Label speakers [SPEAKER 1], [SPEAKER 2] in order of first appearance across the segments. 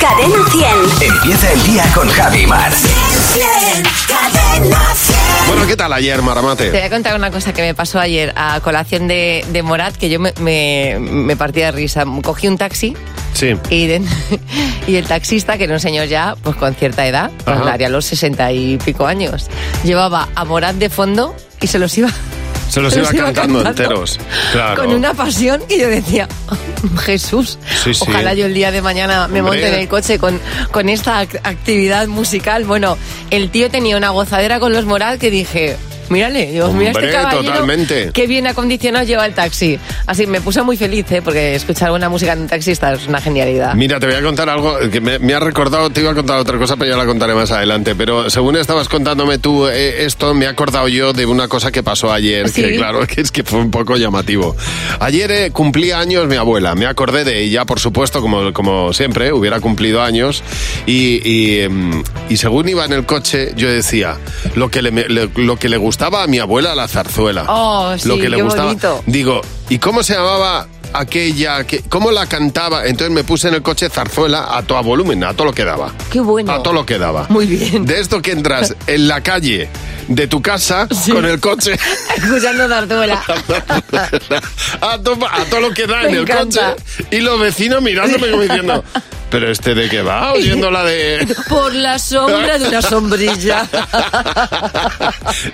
[SPEAKER 1] Cadena 100.
[SPEAKER 2] Empieza el día con Javi Mar.
[SPEAKER 1] Cadena 100.
[SPEAKER 3] Bueno, ¿qué tal ayer,
[SPEAKER 4] Te
[SPEAKER 3] Maramate?
[SPEAKER 4] voy a contar una cosa que me pasó ayer a colación de, de Morat, que yo me, me- me partía de risa. Cogí un taxi
[SPEAKER 3] Sí.
[SPEAKER 4] y, de- y el taxista, que era un señor ya pues con cierta edad, pues,
[SPEAKER 3] Ajá.
[SPEAKER 4] daría los sesenta y pico años, llevaba a Morat de fondo y se los iba...
[SPEAKER 3] Se los
[SPEAKER 4] se
[SPEAKER 3] iba cantando enteros. Claro.
[SPEAKER 4] Con una pasión que yo decía, "Oh, Jesús,
[SPEAKER 3] Sí, sí.
[SPEAKER 4] ojalá yo el día de mañana me
[SPEAKER 3] Hombre.
[SPEAKER 4] monte en el coche con, con esta ac- actividad musical. Bueno, el tío tenía una gozadera con los Morat que dije... Mírale, yo, mira este
[SPEAKER 3] Hombre,
[SPEAKER 4] caballero
[SPEAKER 3] totalmente.
[SPEAKER 4] qué bien acondicionado lleva el taxi. Así me puse muy feliz, ¿eh? porque escuchar buena música en un taxista es una genialidad.
[SPEAKER 3] Mira, te voy a contar algo que me, me ha recordado, te iba a contar otra cosa, pero ya la contaré más adelante. Pero según estabas contándome tú eh, esto, me he acordado yo de una cosa que pasó ayer,
[SPEAKER 4] Sí.
[SPEAKER 3] que claro, que es que fue un poco llamativo. Ayer eh, cumplía años mi abuela, me acordé de ella, por supuesto, como, como siempre, hubiera cumplido años, y, y, em, y según iba en el coche, yo decía, lo que le, me- le- lo que le gustaba a mi abuela, la zarzuela.
[SPEAKER 4] Oh, sí,
[SPEAKER 3] lo que le
[SPEAKER 4] qué
[SPEAKER 3] gustaba.
[SPEAKER 4] bonito.
[SPEAKER 3] Digo, ¿y cómo se llamaba aquella? Que, ¿Cómo la cantaba? Entonces me puse en el coche zarzuela a todo volumen, a todo lo que daba.
[SPEAKER 4] Qué bueno.
[SPEAKER 3] A todo lo que daba.
[SPEAKER 4] Muy bien.
[SPEAKER 3] De esto que entras en la calle de tu casa
[SPEAKER 4] Sí.
[SPEAKER 3] con el coche.
[SPEAKER 4] Escuchando Zarzuela.
[SPEAKER 3] a, to- a todo lo que da
[SPEAKER 4] Me
[SPEAKER 3] en el
[SPEAKER 4] encanta.
[SPEAKER 3] coche. Y los vecinos mirándome como diciendo. Pero este de qué va, oyendo la de.
[SPEAKER 4] Por la sombra de una sombrilla.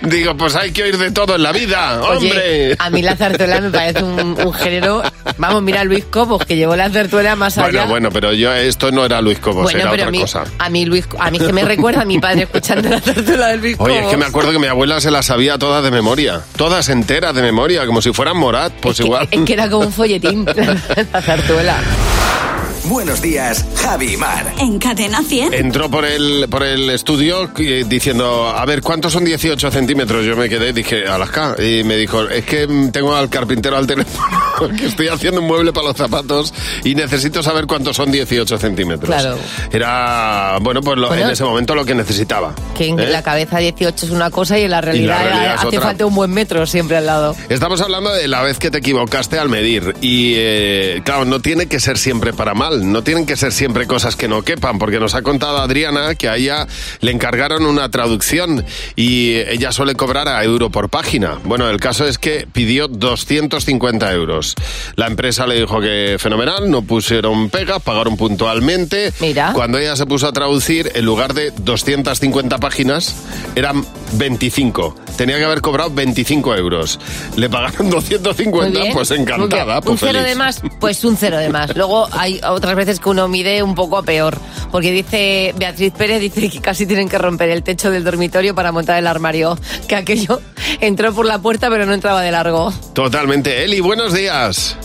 [SPEAKER 3] Digo, pues hay que oír de todo en la vida,
[SPEAKER 4] Oye,
[SPEAKER 3] hombre.
[SPEAKER 4] a mí la zarzuela me parece un, un género. Vamos, mira a Luis Cobos, que llevó la zarzuela más
[SPEAKER 3] Bueno,
[SPEAKER 4] allá.
[SPEAKER 3] bueno, pero yo esto no era Luis Cobos,
[SPEAKER 4] Bueno,
[SPEAKER 3] era
[SPEAKER 4] pero
[SPEAKER 3] otra
[SPEAKER 4] a mí,
[SPEAKER 3] cosa.
[SPEAKER 4] a mí Luis, a mí es que me recuerda a mi padre escuchando la zarzuela de Luis Cobos.
[SPEAKER 3] Oye, es que me acuerdo que mi abuela se las sabía todas de memoria, todas enteras de memoria, como si fueran Morat, pues
[SPEAKER 4] Es que-
[SPEAKER 3] igual.
[SPEAKER 4] es que era como un folletín la, la zarzuela.
[SPEAKER 2] Buenos días, Javi y Mar.
[SPEAKER 1] En Cadena 100.
[SPEAKER 3] Entró por el, por el estudio eh, diciendo, a ver, ¿cuántos son 18 centímetros? Yo me quedé, dije, Alaska. Y me dijo, es que mm, tengo al carpintero al teléfono, que estoy haciendo un mueble para los zapatos y necesito saber cuántos son 18 centímetros.
[SPEAKER 4] Claro.
[SPEAKER 3] Era, bueno, pues lo-
[SPEAKER 4] Bueno.
[SPEAKER 3] en ese momento lo que necesitaba.
[SPEAKER 4] Que en
[SPEAKER 3] ¿eh?
[SPEAKER 4] la cabeza 18 es una cosa y en la realidad,
[SPEAKER 3] realidad
[SPEAKER 4] era-
[SPEAKER 3] es
[SPEAKER 4] hace
[SPEAKER 3] otra.
[SPEAKER 4] falta un buen metro siempre al lado.
[SPEAKER 3] Estamos hablando de la vez que te equivocaste al medir. Y eh, claro, no tiene que ser siempre para mal, no tienen que ser siempre cosas que no quepan, porque nos ha contado Adriana que a ella le encargaron una traducción y ella suele cobrar a euro por página. Bueno, el caso es que pidió 250 euros. La empresa le dijo que fenomenal, no pusieron pegas, pagaron puntualmente.
[SPEAKER 4] Mira.
[SPEAKER 3] Cuando ella se puso a traducir, en lugar de 250 páginas, eran 25. Tenía que haber cobrado 25 euros. Le pagaron 250,
[SPEAKER 4] Muy bien.
[SPEAKER 3] pues
[SPEAKER 4] Muy
[SPEAKER 3] encantada,
[SPEAKER 4] bien.
[SPEAKER 3] pues
[SPEAKER 4] un cero
[SPEAKER 3] feliz.
[SPEAKER 4] de más, pues un cero de más. Luego hay otras veces que uno mide un poco peor, porque dice Beatriz Pérez dice que casi tienen que romper el techo del dormitorio para montar el armario, que aquello entró por la puerta pero no entraba de largo.
[SPEAKER 3] Totalmente. Eli, buenos días.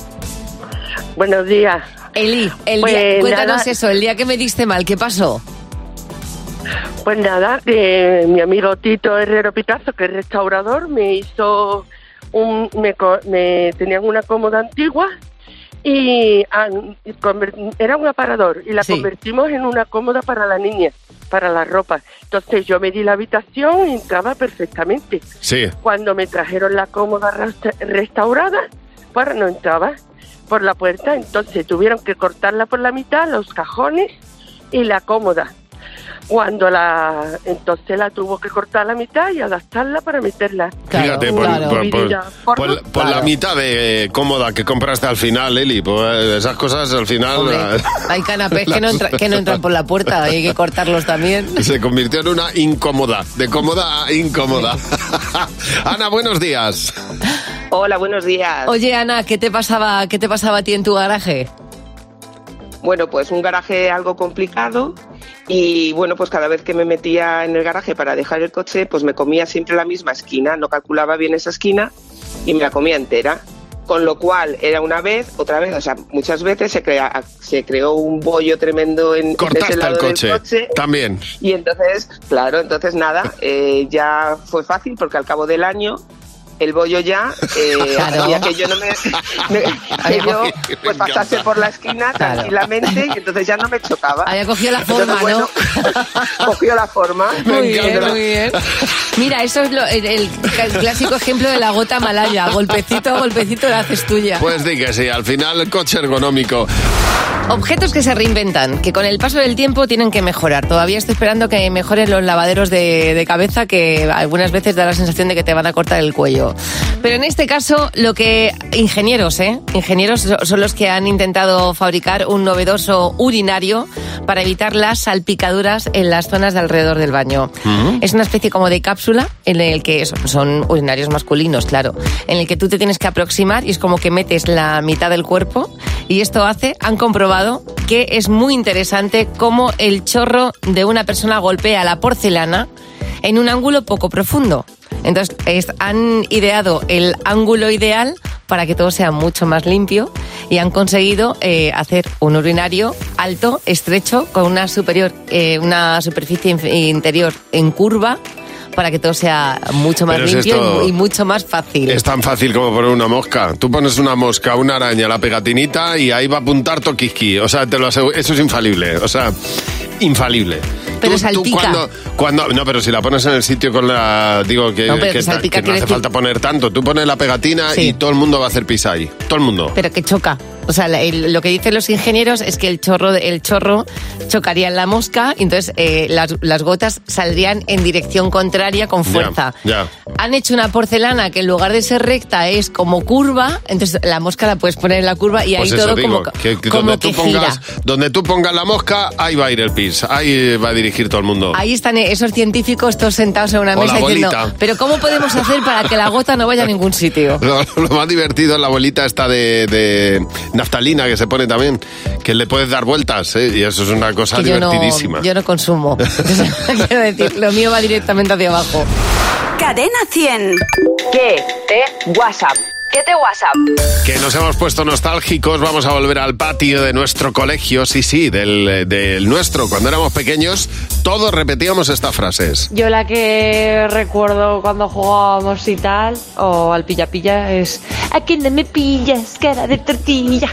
[SPEAKER 5] Buenos días.
[SPEAKER 4] Eli, el
[SPEAKER 5] Pues
[SPEAKER 4] día-
[SPEAKER 5] nada.
[SPEAKER 4] cuéntanos eso, el día que me diste mal, ¿qué pasó?
[SPEAKER 5] Pues nada, que mi amigo Tito Herrero Picasso, que es restaurador, me hizo un. Me, co- me tenían una cómoda antigua y an- y conver- era un aparador y la
[SPEAKER 4] Sí.
[SPEAKER 5] convertimos en una cómoda para la niña, para la ropa. Entonces yo medí la habitación y entraba perfectamente.
[SPEAKER 3] Sí.
[SPEAKER 5] Cuando me trajeron la cómoda rasta- restaurada, pues no entraba por la puerta, entonces tuvieron que cortarla por la mitad, los cajones y la cómoda. Cuando la entonces la tuvo que cortar a la mitad y adaptarla para meterla.
[SPEAKER 4] Claro,
[SPEAKER 3] Fíjate, por,
[SPEAKER 4] claro.
[SPEAKER 3] por- por-
[SPEAKER 5] Vidilla, por-
[SPEAKER 3] por- por la
[SPEAKER 4] Claro.
[SPEAKER 3] mitad de eh, cómoda que compraste al final, Eli. Pues esas cosas al final
[SPEAKER 4] Hombre,
[SPEAKER 3] eh,
[SPEAKER 4] hay canapés que no, entra- que no entran por la puerta, hay que cortarlos también.
[SPEAKER 3] se convirtió en una incómoda. De cómoda a incómoda. Ana, buenos días.
[SPEAKER 6] Hola, buenos días.
[SPEAKER 4] Oye Ana, ¿qué te pasaba, qué te pasaba a ti en tu garaje?
[SPEAKER 6] Bueno, pues un garaje algo complicado y bueno, pues cada vez que me metía en el garaje para dejar el coche, pues me comía siempre la misma esquina, no calculaba bien esa esquina y me la comía entera. Con lo cual era una vez, otra vez, o sea, muchas veces se, crea- se creó un bollo tremendo en, en ese
[SPEAKER 3] Cortaste
[SPEAKER 6] lado
[SPEAKER 3] el coche.
[SPEAKER 6] del coche.
[SPEAKER 3] También.
[SPEAKER 6] Y entonces, claro, entonces nada, eh, ya fue fácil porque al cabo del año el bollo ya, eh,
[SPEAKER 4] Claro.
[SPEAKER 6] hacía que yo no me, me-
[SPEAKER 4] Había
[SPEAKER 6] que yo
[SPEAKER 3] cogido- me
[SPEAKER 6] pues
[SPEAKER 3] encanta.
[SPEAKER 6] pasase por la esquina
[SPEAKER 4] Claro.
[SPEAKER 6] tranquilamente y entonces ya no me chocaba.
[SPEAKER 4] Había cogido la
[SPEAKER 6] Entonces,
[SPEAKER 4] forma,
[SPEAKER 6] bueno, cogió la forma.
[SPEAKER 4] ¿no? Muy
[SPEAKER 3] encanta.
[SPEAKER 4] bien, muy bien. Mira, eso es lo- el, el clásico ejemplo de la gota malaya. Golpecito a golpecito la haces tuya.
[SPEAKER 3] Pues di que sí, al final coche ergonómico.
[SPEAKER 4] Objetos que se reinventan, que con el paso del tiempo tienen que mejorar. Todavía estoy esperando que mejoren los lavaderos de, de cabeza, que algunas veces da la sensación de que te van a cortar el cuello. Pero en este caso, lo que ingenieros, ¿eh? Ingenieros so- son los que han intentado fabricar un novedoso urinario para evitar las salpicaduras en las zonas de alrededor del baño. Es una especie como de cápsula en el que son, son urinarios masculinos, claro, en el que tú te tienes que aproximar y es como que metes la mitad del cuerpo y esto hace, han comprobado que es muy interesante cómo el chorro de una persona golpea la porcelana en un ángulo poco profundo. Entonces es- han ideado el ángulo ideal para que todo sea mucho más limpio y han conseguido eh, hacer un urinario alto, estrecho, con una superior, eh, una superficie inf- interior en curva para que todo sea mucho más
[SPEAKER 3] Pero es
[SPEAKER 4] limpio y
[SPEAKER 3] esto-
[SPEAKER 4] mu- y, mucho más fácil.
[SPEAKER 3] Es tan fácil como poner una mosca. Tú pones una mosca, una araña, la pegatinita y ahí va a apuntar Tokiski. O sea, te lo aseguro, eso es infalible. O sea, infalible.
[SPEAKER 4] Pero salpica.
[SPEAKER 3] cuando, cuando- no, pero si la pones en el sitio con la... Digo que,
[SPEAKER 4] No, pero
[SPEAKER 3] que
[SPEAKER 4] que
[SPEAKER 3] ta-
[SPEAKER 4] salpica
[SPEAKER 3] que no
[SPEAKER 4] quiere
[SPEAKER 3] hace
[SPEAKER 4] decir-
[SPEAKER 3] falta poner tanto. Tú pones la pegatina
[SPEAKER 4] Sí.
[SPEAKER 3] y todo el mundo va a hacer pis ahí. Todo el mundo.
[SPEAKER 4] pero que choca. O sea, la- el- lo que dicen los ingenieros es que el chorro, de- el chorro chocaría en la mosca, y entonces eh, las, las gotas saldrían en dirección contraria con
[SPEAKER 3] Ya,
[SPEAKER 4] fuerza.
[SPEAKER 3] ya.
[SPEAKER 4] Han hecho una porcelana que en lugar de ser recta es como curva, entonces la mosca la puedes poner en la curva y
[SPEAKER 3] Pues
[SPEAKER 4] ahí
[SPEAKER 3] eso
[SPEAKER 4] todo
[SPEAKER 3] digo,
[SPEAKER 4] como
[SPEAKER 3] que- que
[SPEAKER 4] como
[SPEAKER 3] donde,
[SPEAKER 4] que
[SPEAKER 3] tú pongas,
[SPEAKER 4] gira.
[SPEAKER 3] donde tú pongas la mosca, ahí va a ir el pis, ahí va a dirigir todo el mundo.
[SPEAKER 4] Ahí están esos científicos todos sentados en una
[SPEAKER 3] O la
[SPEAKER 4] mesa diciendo,
[SPEAKER 3] bolita.
[SPEAKER 4] pero ¿cómo podemos hacer para que la gota no vaya a ningún sitio?
[SPEAKER 3] Lo, lo más divertido es la bolita esta de, de naftalina que se pone también, que le puedes dar vueltas, ¿eh? y eso es una cosa
[SPEAKER 4] Que yo no,
[SPEAKER 3] divertidísima.
[SPEAKER 4] yo no consumo. Quiero decir, lo mío va directamente hacia abajo.
[SPEAKER 1] Cadena 100.
[SPEAKER 7] ¿Qué te WhatsApp? ¿Qué te WhatsApp?
[SPEAKER 3] Que nos hemos puesto nostálgicos, vamos a volver al patio de nuestro colegio, sí, sí, del, eh, del nuestro. Cuando éramos pequeños, todos repetíamos estas frases.
[SPEAKER 8] Yo la que recuerdo cuando jugábamos y tal, o al pilla-pilla, es... Aquí no me pillas, cara de tortilla.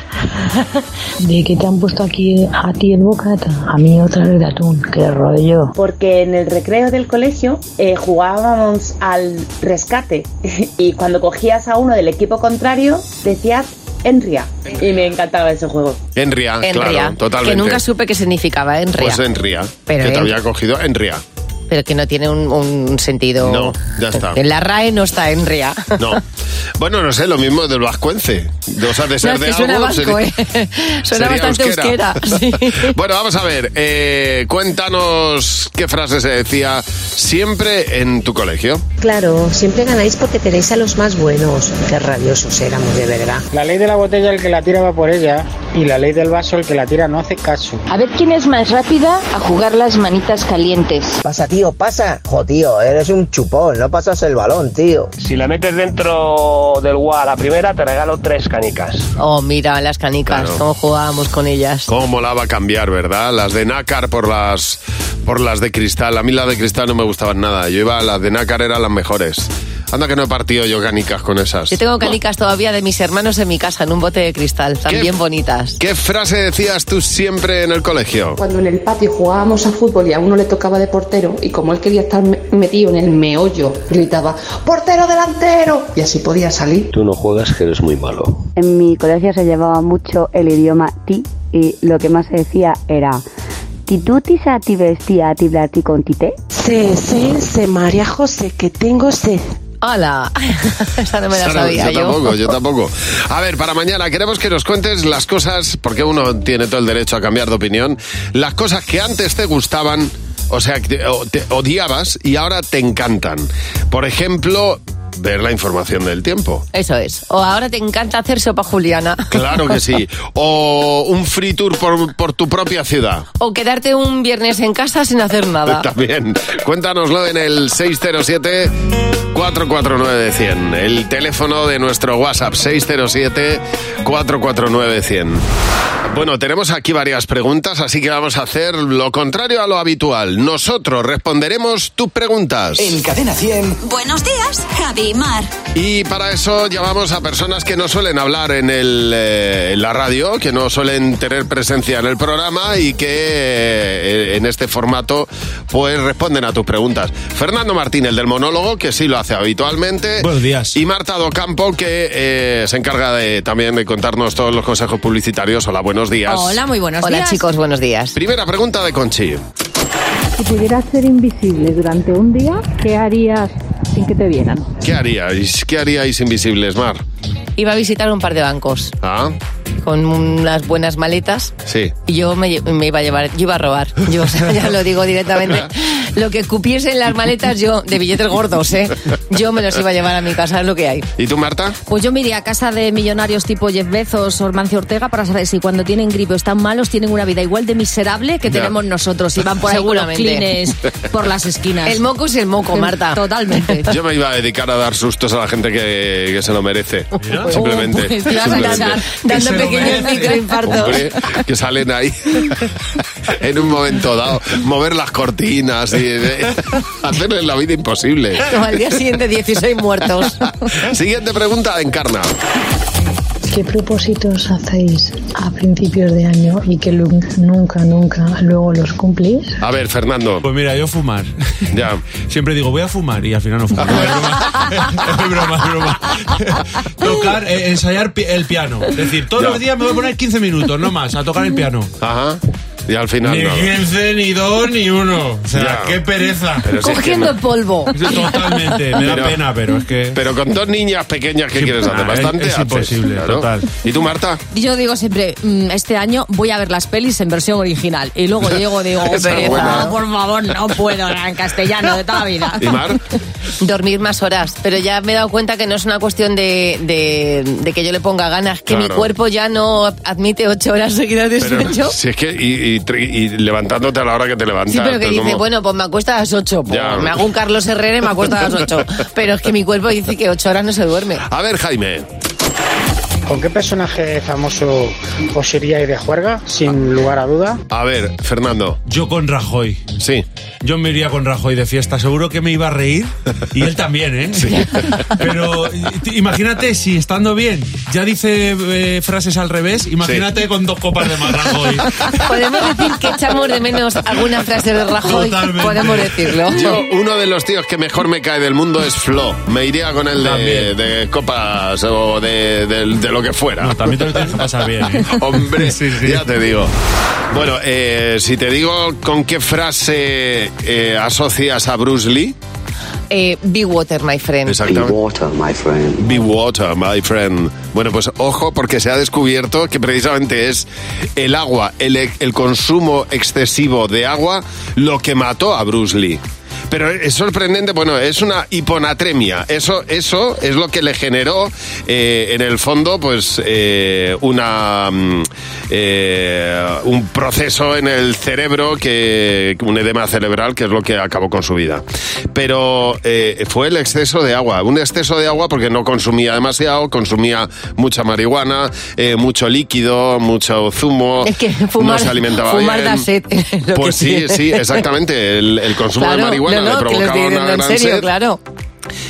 [SPEAKER 9] ¿De qué te han puesto aquí a ti el bocata? A mí otra vez de atún, qué rollo.
[SPEAKER 10] porque en el recreo del colegio eh, jugábamos al rescate y cuando cogías a uno del equipo contrario decías Enria y me encantaba ese juego.
[SPEAKER 3] Enria,
[SPEAKER 4] Enria,
[SPEAKER 3] Ah, claro, totalmente.
[SPEAKER 4] que nunca supe qué significaba Enria,
[SPEAKER 3] Pues Enria,
[SPEAKER 4] Pero
[SPEAKER 3] que
[SPEAKER 4] en-
[SPEAKER 3] te había cogido Enria.
[SPEAKER 4] pero que no tiene un, un sentido.
[SPEAKER 3] No, ya está.
[SPEAKER 4] En la RAE no está Enria.
[SPEAKER 3] No. Bueno, no sé, lo mismo del vascuence. O sea, de ser
[SPEAKER 4] No, es
[SPEAKER 3] de
[SPEAKER 4] que suena
[SPEAKER 3] algo,
[SPEAKER 4] vasco,
[SPEAKER 3] sería-
[SPEAKER 4] ¿eh? Suena
[SPEAKER 3] sería
[SPEAKER 4] bastante euskera. sí.
[SPEAKER 3] bueno, vamos a ver. eh, cuéntanos qué frase se decía siempre en tu colegio.
[SPEAKER 9] Claro, siempre ganáis porque tenéis a los más buenos. Qué rabiosos éramos, de verdad.
[SPEAKER 11] La ley de la botella el que la tira va por ella y la ley del vaso el que la tira no hace caso.
[SPEAKER 7] A ver quién es más rápida a jugar las manitas calientes.
[SPEAKER 12] Pasa, tío, pasa. Jo, tío, eres un chupón, no pasas el balón, tío.
[SPEAKER 11] Si la metes dentro del guá a la primera te regalo tres canicas.
[SPEAKER 4] Oh, mira, las canicas,
[SPEAKER 3] Claro.
[SPEAKER 4] cómo jugábamos con ellas.
[SPEAKER 3] Cómo molaba cambiar, ¿verdad? Las de nácar por las por las de cristal. A mí las de cristal no me gustaban nada. Yo iba a las de nácar eran las mejores. Anda que no he partido yo canicas con esas.
[SPEAKER 4] Yo tengo canicas todavía de mis hermanos en mi casa, en un bote de cristal, también bonitas.
[SPEAKER 3] ¿Qué frase decías tú siempre en el colegio?
[SPEAKER 8] Cuando en el patio jugábamos a fútbol y a uno le tocaba de portero, y como él quería estar me- metido en el meollo, gritaba, ¡Portero delantero! Y así podía salir.
[SPEAKER 11] Tú no juegas que eres muy malo.
[SPEAKER 10] En mi colegio se llevaba mucho el idioma ti y lo que más se decía era titutis a ti vestía a ti con tite.
[SPEAKER 5] Se, se, se, María José, que tengo sed.
[SPEAKER 4] ¡Hala! Esa no me la
[SPEAKER 3] Sara,
[SPEAKER 4] sabía yo.
[SPEAKER 3] tampoco, yo tampoco. A ver, para mañana queremos que nos cuentes las cosas, porque uno tiene todo el derecho a cambiar de opinión, las cosas que antes te gustaban, o sea, que te- o te odiabas y ahora te encantan. Por ejemplo, ver la información del tiempo.
[SPEAKER 4] Eso es. O ahora te encanta hacer sopa juliana.
[SPEAKER 3] Claro que sí. O un free tour por, por tu propia ciudad.
[SPEAKER 4] O quedarte un viernes en casa sin hacer nada.
[SPEAKER 3] También. Cuéntanoslo en el 607-449-100. El teléfono de nuestro WhatsApp, 607-449-100. Bueno, tenemos aquí varias preguntas, así que vamos a hacer lo contrario a lo habitual. Nosotros responderemos tus preguntas.
[SPEAKER 2] En Cadena 100.
[SPEAKER 1] Buenos días, Javi Javimar.
[SPEAKER 3] Y para eso llamamos a personas que no suelen hablar en, el, eh, en la radio, que no suelen tener presencia en el programa y que eh, en este formato pues responden a tus preguntas. Fernando Martín, el del monólogo, que sí lo hace habitualmente. Buenos días. Y Marta Docampo, que eh, se encarga de, también de contarnos todos los consejos publicitarios. Hola, buenos días.
[SPEAKER 4] muy buenos Hola,
[SPEAKER 3] días.
[SPEAKER 4] chicos, buenos días.
[SPEAKER 3] Primera pregunta de Conchi.
[SPEAKER 13] Si pudieras ser invisible durante un día, ¿qué harías sin que te vieran?
[SPEAKER 3] ¿Qué haríais? ¿Qué haríais invisibles, Mar?
[SPEAKER 4] Iba a visitar un par de bancos
[SPEAKER 3] Ah,
[SPEAKER 4] con unas buenas maletas
[SPEAKER 3] sí.
[SPEAKER 4] y yo me, lle- me iba a llevar, yo iba a robar. Yo o sea, ya lo digo directamente. Lo que cupiese en las maletas yo, de billetes gordos, ¿eh? Yo me los iba a llevar a mi casa, es lo que hay.
[SPEAKER 3] ¿Y tú, Marta?
[SPEAKER 14] Pues yo me iría a casa de millonarios tipo Jeff Bezos o Hermancio Ortega para saber si cuando tienen gripe o están malos tienen una vida igual de miserable que
[SPEAKER 4] Ya.
[SPEAKER 14] tenemos nosotros y van por ahí con los clines
[SPEAKER 4] Seguramente.
[SPEAKER 14] por las esquinas. Em,
[SPEAKER 4] El moco es el moco, Marta.
[SPEAKER 14] Totalmente.
[SPEAKER 3] Yo me iba a dedicar a dar sustos a la gente que, que se lo merece. Simplemente.
[SPEAKER 4] Pues te vas a
[SPEAKER 3] simplemente.
[SPEAKER 4] casar dando pequeños microinfartos.
[SPEAKER 3] Hombre, que salen ahí en un momento dado, mover las cortinas y eh, hacerles la vida imposible.
[SPEAKER 4] Al día siguiente 16 muertos.
[SPEAKER 3] Siguiente pregunta, Encarna.
[SPEAKER 9] ¿Qué propósitos hacéis a principios de año y que lu- nunca, nunca luego los cumplís?
[SPEAKER 3] A ver, Fernando.
[SPEAKER 15] Pues mira, yo fumar.
[SPEAKER 3] Ya.
[SPEAKER 15] Siempre digo, voy a fumar y al final no fumo. No, es broma, es broma, es broma. Tocar, eh, ensayar pi- el piano. Es decir, todos
[SPEAKER 3] Ya.
[SPEAKER 15] los días me voy a poner 15 minutos, no más, a tocar el piano.
[SPEAKER 3] Ajá. Y al final
[SPEAKER 15] Ni
[SPEAKER 3] nada.
[SPEAKER 15] 15, ni 2, ni 1. O sea,
[SPEAKER 3] Ya.
[SPEAKER 15] qué pereza.
[SPEAKER 3] Pero si es que
[SPEAKER 14] Cogiendo
[SPEAKER 3] no-
[SPEAKER 14] polvo.
[SPEAKER 15] Totalmente, me da pena, pero es que...
[SPEAKER 3] Pero con dos niñas pequeñas, ¿qué
[SPEAKER 15] Sí,
[SPEAKER 3] quieres hacer?
[SPEAKER 15] ah, es-
[SPEAKER 3] Bastante
[SPEAKER 15] es
[SPEAKER 3] haces,
[SPEAKER 15] imposible,
[SPEAKER 3] claro.
[SPEAKER 15] total.
[SPEAKER 3] ¿Y tú, Marta?
[SPEAKER 14] Yo digo siempre, mm, este año voy a ver las pelis en versión original. Y luego llego y digo, oh,
[SPEAKER 3] Esa es
[SPEAKER 14] pereza,
[SPEAKER 3] buena.
[SPEAKER 14] por favor, no puedo, en castellano de toda la vida.
[SPEAKER 4] Dormir más horas, pero ya me he dado cuenta que no es una cuestión de, de- de que yo le ponga ganas, que mi
[SPEAKER 3] Claro.
[SPEAKER 4] cuerpo ya no admite ocho horas seguidas de este
[SPEAKER 3] Pero,
[SPEAKER 4] sueño.
[SPEAKER 3] si es que y, y tri- y levantándote a la hora que te levantas.
[SPEAKER 4] Sí, pero que
[SPEAKER 3] tú
[SPEAKER 4] dice,
[SPEAKER 3] como-
[SPEAKER 4] bueno, pues me acuesto a las 8.
[SPEAKER 3] Ya.
[SPEAKER 4] me hago un Carlos Herrera y me acuesto a las 8. Pero es que mi cuerpo dice que 8 horas no se duerme.
[SPEAKER 3] A ver, Jaime.
[SPEAKER 11] ¿Con qué personaje famoso os iríais de juerga? Sin lugar a duda.
[SPEAKER 3] A ver, Fernando.
[SPEAKER 15] Yo con Rajoy.
[SPEAKER 3] Sí.
[SPEAKER 15] Yo me iría con Rajoy de fiesta. Seguro que me iba a reír. Y él también, ¿eh? Pero eh, t- imagínate si estando bien ya dice eh, frases al revés. Imagínate con dos copas de más Rajoy.
[SPEAKER 4] Podemos decir que echamos de menos alguna frase de Rajoy. Podemos decirlo.
[SPEAKER 3] Yo, uno de los tíos que mejor me cae del mundo es Flo. Me iría con él de, de copas o de, de- de lo que fuera.
[SPEAKER 15] también te lo tienes que pasar bien. ¿eh?
[SPEAKER 3] Hombre, ya te digo. Bueno, eh, si te digo con qué frase eh, asocias a Bruce Lee.
[SPEAKER 4] Eh, Be Water, my friend.
[SPEAKER 3] Exactamente. Be water, my friend. Be water, my friend. Bueno, pues ojo porque se ha descubierto que precisamente es el agua, el, el consumo excesivo de agua, lo que mató a Bruce Lee. Pero es sorprendente, bueno, es una hiponatremia. Eso, eso es lo que le generó, eh, en el fondo, pues eh, una mm, eh, un proceso en el cerebro que un edema cerebral que es lo que acabó con su vida. Pero eh, fue el exceso de agua, un exceso de agua porque no consumía demasiado, consumía mucha marihuana, eh, mucho líquido, mucho zumo.
[SPEAKER 4] Es que fumar,
[SPEAKER 3] no se alimentaba
[SPEAKER 4] fumar
[SPEAKER 3] bien.
[SPEAKER 4] da sed. lo que
[SPEAKER 3] Pues sí,
[SPEAKER 4] tiene.
[SPEAKER 3] sí, exactamente. El, el consumo
[SPEAKER 4] Claro,
[SPEAKER 3] de marihuana
[SPEAKER 4] no, no,
[SPEAKER 3] le
[SPEAKER 4] te lo estoy
[SPEAKER 3] provocaba una
[SPEAKER 4] diciendo en
[SPEAKER 3] gran
[SPEAKER 4] serio,
[SPEAKER 3] sed.
[SPEAKER 4] claro.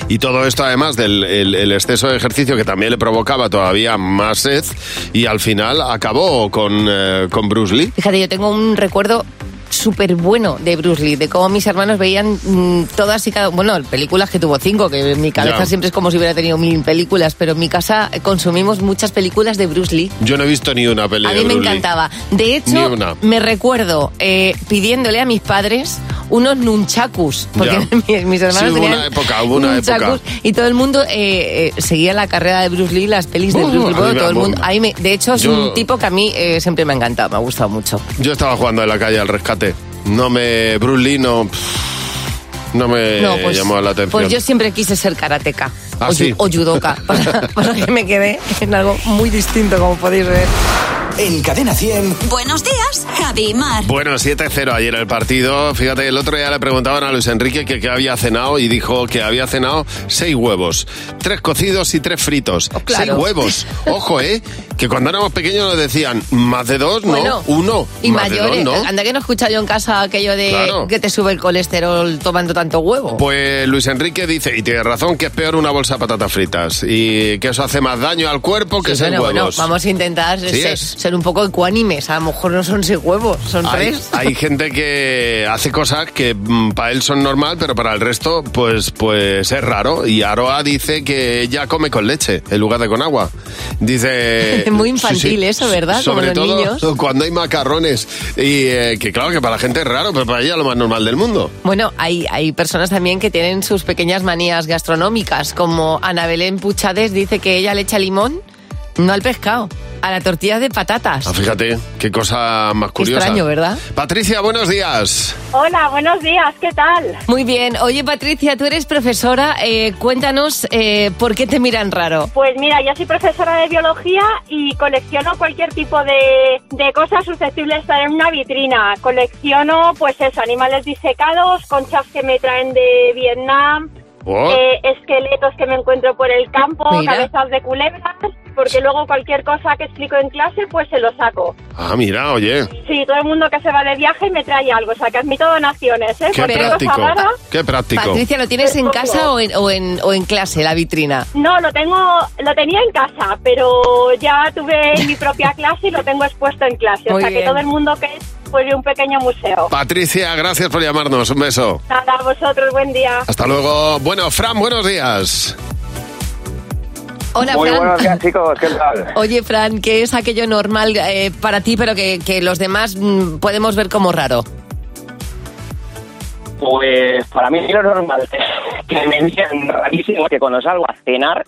[SPEAKER 3] Y todo esto, además del el- el exceso de ejercicio, que también le provocaba todavía más sed, y al final acabó con, eh, con Bruce Lee.
[SPEAKER 4] Fíjate, yo tengo un recuerdo súper bueno de Bruce Lee, de cómo mis hermanos veían mm, todas y cada... Bueno, películas que tuvo cinco, que en mi cabeza
[SPEAKER 3] Ya.
[SPEAKER 4] siempre es como si hubiera tenido mil películas, pero en mi casa eh, consumimos muchas películas de Bruce Lee.
[SPEAKER 3] Yo no he visto ni una pelea
[SPEAKER 4] A
[SPEAKER 3] de
[SPEAKER 4] mí me
[SPEAKER 3] Bruce Lee.
[SPEAKER 4] encantaba. De
[SPEAKER 3] Ni
[SPEAKER 4] hecho,
[SPEAKER 3] una.
[SPEAKER 4] me recuerdo eh, pidiéndole a mis padres unos nunchakus, porque
[SPEAKER 3] Ya.
[SPEAKER 4] mis, mis hermanos
[SPEAKER 3] Sí, hubo
[SPEAKER 4] tenían
[SPEAKER 3] una época, hubo una
[SPEAKER 4] nunchakus,
[SPEAKER 3] época.
[SPEAKER 4] y todo el mundo eh, eh, seguía la carrera de Bruce Lee, las pelis de
[SPEAKER 3] Uh,
[SPEAKER 4] Bruce Lee,
[SPEAKER 3] a mí me
[SPEAKER 4] todo el
[SPEAKER 3] amó.
[SPEAKER 4] mundo. A mí me- de hecho, es
[SPEAKER 3] Yo-
[SPEAKER 4] un tipo que a mí eh, siempre me ha encantado, me ha gustado mucho.
[SPEAKER 3] Yo estaba jugando en la calle al rescate. No me. Bruce Lee no. pff, No me
[SPEAKER 4] No, pues-
[SPEAKER 3] llamó Eh, la atención.
[SPEAKER 4] Pues yo siempre quise ser karateca
[SPEAKER 3] Ah,
[SPEAKER 4] o, yu-
[SPEAKER 3] sí.
[SPEAKER 4] o judoka, para, para que me quedé en algo muy distinto, como podéis ver.
[SPEAKER 2] En Cadena 100.
[SPEAKER 1] Buenos días, Javi y Mar.
[SPEAKER 3] Bueno, 7-0 ayer el partido. Fíjate, el otro día le preguntaban a Luis Enrique que qué había cenado y dijo que había cenado seis huevos, tres cocidos y tres fritos.
[SPEAKER 4] Oh, claro.
[SPEAKER 3] Seis huevos. Ojo, ¿eh? Que cuando éramos pequeños nos decían más de dos, no,
[SPEAKER 4] Bueno,
[SPEAKER 3] uno.
[SPEAKER 4] Y
[SPEAKER 3] más de
[SPEAKER 4] mayores.
[SPEAKER 3] dos, no.
[SPEAKER 4] Anda que no he escuchado yo en casa aquello de
[SPEAKER 3] Claro.
[SPEAKER 4] que te sube el colesterol tomando tanto huevo.
[SPEAKER 3] Pues Luis Enrique dice, y tiene razón, que es peor una bolsa de patatas fritas y que eso hace más daño al cuerpo que
[SPEAKER 4] Sí,
[SPEAKER 3] seis
[SPEAKER 4] Pues bueno, bueno,
[SPEAKER 3] huevos.
[SPEAKER 4] vamos a intentar
[SPEAKER 3] Sí
[SPEAKER 4] ser,
[SPEAKER 3] es.
[SPEAKER 4] ser un poco ecuánimes. A lo mejor no son seis huevos, son
[SPEAKER 3] Hay,
[SPEAKER 4] tres.
[SPEAKER 3] hay gente que hace cosas que para él son normal, pero para el resto, pues, pues es raro. Y Aroa dice que ella come con leche en lugar de con agua. Dice.
[SPEAKER 4] Es muy infantil eso, ¿verdad? Como
[SPEAKER 3] Sobre
[SPEAKER 4] los
[SPEAKER 3] todo
[SPEAKER 4] niños.
[SPEAKER 3] cuando hay macarrones. Y eh, que claro que para la gente es raro, pero para ella es lo más normal del mundo.
[SPEAKER 4] Bueno, hay, hay personas también que tienen sus pequeñas manías gastronómicas, como Ana Belén Puchades dice que ella le echa limón, no al pescado, a la tortilla de patatas.
[SPEAKER 3] Ah, fíjate, qué cosa más curiosa.
[SPEAKER 4] Extraño, ¿verdad?
[SPEAKER 3] Patricia, buenos días.
[SPEAKER 16] Hola, buenos días, ¿qué tal?
[SPEAKER 4] Muy bien. Oye, Patricia, tú eres profesora. eh, cuéntanos eh, por qué te miran raro.
[SPEAKER 16] Pues mira, yo soy profesora de biología y colecciono cualquier tipo de, de cosas susceptibles de estar en una vitrina. Colecciono, pues eso, animales disecados, conchas que me traen de Vietnam,
[SPEAKER 17] Oh.
[SPEAKER 16] eh, esqueletos que me encuentro por el campo,
[SPEAKER 3] Mira.
[SPEAKER 16] cabezas de culebras, porque luego cualquier cosa que explico en clase, pues se lo saco.
[SPEAKER 3] Ah, mira, oye.
[SPEAKER 16] Sí, todo el mundo que se va de viaje me trae algo, o sea, que admito donaciones, ¿eh?
[SPEAKER 3] Qué
[SPEAKER 16] Cualquier cosa
[SPEAKER 3] práctico.
[SPEAKER 16] rara.
[SPEAKER 3] Qué práctico.
[SPEAKER 4] Patricia, ¿lo tienes en casa o en, o en- o en clase, la vitrina?
[SPEAKER 16] No, lo tengo, lo tenía en casa, pero ya tuve mi propia clase y lo tengo expuesto en clase.
[SPEAKER 3] Muy
[SPEAKER 16] o sea
[SPEAKER 3] bien.
[SPEAKER 16] que todo el mundo que es, pues de un pequeño museo.
[SPEAKER 3] Patricia, gracias por llamarnos. Un beso.
[SPEAKER 16] Nada, a vosotros, buen día.
[SPEAKER 3] Hasta luego. Bueno, Fran, buenos días.
[SPEAKER 4] Hola,
[SPEAKER 18] Muy
[SPEAKER 4] Fran.
[SPEAKER 18] buenos días, chicos. ¿Qué tal?
[SPEAKER 4] Oye, Fran, ¿qué es aquello normal eh, para ti, pero que, que los demás mm, podemos ver como raro?
[SPEAKER 18] Pues para mí lo normal que me dicen rarísimo que cuando salgo a cenar,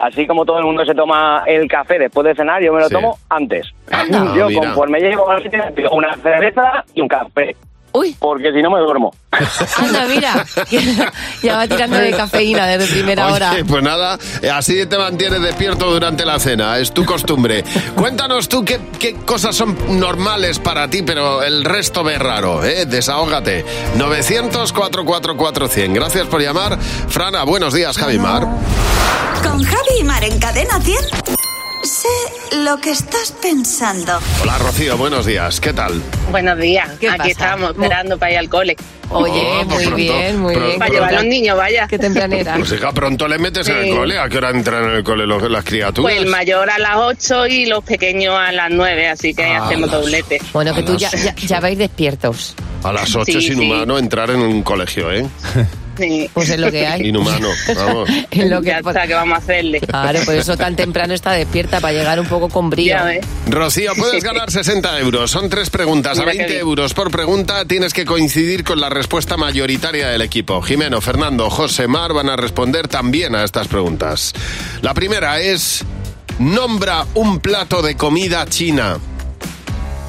[SPEAKER 18] así como todo el mundo se toma el café después de cenar, yo me lo
[SPEAKER 19] Sí.
[SPEAKER 18] tomo antes.
[SPEAKER 19] Anda,
[SPEAKER 18] yo
[SPEAKER 19] mira.
[SPEAKER 18] conforme llego al sitio, pido una cerveza y un café. Porque si no me duermo.
[SPEAKER 4] Anda, mira, ya va tirando de cafeína desde primera
[SPEAKER 3] Oye,
[SPEAKER 4] hora.
[SPEAKER 3] Pues nada, así te mantienes despierto durante la cena, es tu costumbre. Cuéntanos tú qué, qué cosas son normales para ti, pero el resto ve raro, ¿eh? Desahógate. 900-444-100. Gracias por llamar. Frana, buenos días, Javimar.
[SPEAKER 1] Con Javi y Mar en Cadena 100. Sé lo que estás pensando.
[SPEAKER 3] Hola, Rocío, buenos días. ¿Qué tal?
[SPEAKER 20] Buenos días. Aquí estábamos esperando para ir al cole.
[SPEAKER 4] Oye,
[SPEAKER 3] Oh, muy pronto, bien, muy pronto. bien.
[SPEAKER 20] Para llevar a los niños, vaya.
[SPEAKER 4] Qué tempranera.
[SPEAKER 3] Pues hija, pronto le metes en
[SPEAKER 20] Sí.
[SPEAKER 3] el cole. ¿A qué hora entran en el cole los- las criaturas?
[SPEAKER 20] Pues el mayor a las 8 y los pequeños a las 9, así que
[SPEAKER 3] Ah,
[SPEAKER 20] hacemos
[SPEAKER 3] las-
[SPEAKER 20] doblete.
[SPEAKER 4] Bueno, que tú ya,
[SPEAKER 3] Alas.
[SPEAKER 4] ya, ya vais despiertos.
[SPEAKER 3] A las 8 es
[SPEAKER 4] Sí, sí.
[SPEAKER 3] inhumano entrar en un colegio, ¿eh?
[SPEAKER 4] Pues es lo que hay.
[SPEAKER 3] Inhumano, vamos.
[SPEAKER 4] Es lo que
[SPEAKER 20] ya está, que vamos a hacerle.
[SPEAKER 4] Claro, por eso tan temprano está despierta, para llegar un poco con brío.
[SPEAKER 3] Rocío, puedes ganar 60 euros. Son tres preguntas. A
[SPEAKER 4] Mira qué
[SPEAKER 3] 20
[SPEAKER 4] bien.
[SPEAKER 3] euros por pregunta tienes que coincidir con la respuesta mayoritaria del equipo. Jimeno, Fernando, José, Mar van a responder también a estas preguntas. La primera es... Nombra un plato de comida china.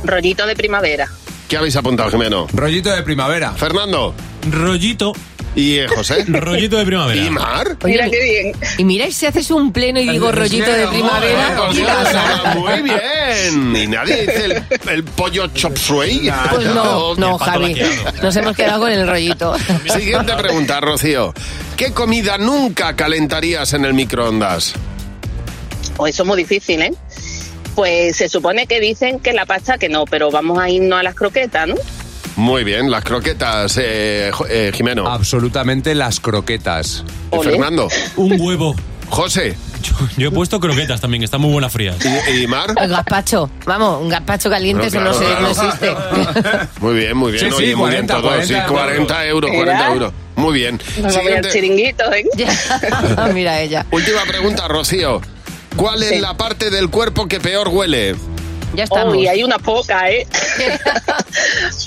[SPEAKER 20] Rollito de primavera.
[SPEAKER 3] ¿Qué habéis apuntado, Jimeno?
[SPEAKER 15] Rollito de primavera.
[SPEAKER 3] Fernando.
[SPEAKER 15] Rollito.
[SPEAKER 3] ¿Y eh, José?
[SPEAKER 15] Rollito de primavera.
[SPEAKER 3] ¿Y Mar?
[SPEAKER 4] Mira qué
[SPEAKER 20] bien.
[SPEAKER 4] Y mira, y si haces un pleno y digo rollito de primavera.
[SPEAKER 3] Por Dios, habla muy bien. Y nadie dice el, el pollo chop suey.
[SPEAKER 4] Pues no, no, Javi. Nos hemos quedado con el rollito.
[SPEAKER 3] Siguiente pregunta, Rocío. ¿Qué comida nunca calentarías en el microondas?
[SPEAKER 20] O eso es muy difícil, ¿eh? Pues se supone que dicen que la pasta que no, pero vamos a irnos a las croquetas, ¿no?
[SPEAKER 3] Muy bien, las croquetas, eh, Jo- eh, Jimeno.
[SPEAKER 21] Absolutamente las croquetas.
[SPEAKER 3] ¿Y Fernando.
[SPEAKER 21] Un huevo.
[SPEAKER 3] José.
[SPEAKER 21] Yo, he puesto croquetas también, que están muy buenas frías.
[SPEAKER 3] ¿Y, Mar?
[SPEAKER 4] El gazpacho. Vamos, un gazpacho caliente,
[SPEAKER 21] Bueno,
[SPEAKER 4] eso
[SPEAKER 21] claro,
[SPEAKER 4] no, se,
[SPEAKER 21] claro.
[SPEAKER 4] no existe.
[SPEAKER 3] Muy bien, muy bien.
[SPEAKER 21] Sí, sí,
[SPEAKER 3] Oye, muy bien
[SPEAKER 21] 40,
[SPEAKER 3] todos.
[SPEAKER 21] 40
[SPEAKER 3] sí,
[SPEAKER 21] euros.
[SPEAKER 3] 40 euros,
[SPEAKER 20] Mira.
[SPEAKER 3] 40 euros. Muy bien.
[SPEAKER 20] Nos vamos a ir al
[SPEAKER 3] Siguiente,
[SPEAKER 20] chiringuito, ¿eh?
[SPEAKER 4] Mira ella.
[SPEAKER 3] última pregunta, Rocío. ¿Cuál
[SPEAKER 20] Sí.
[SPEAKER 3] es la parte del cuerpo que peor huele?
[SPEAKER 4] Ya
[SPEAKER 20] estamos. Uy, hay una poca, ¿eh?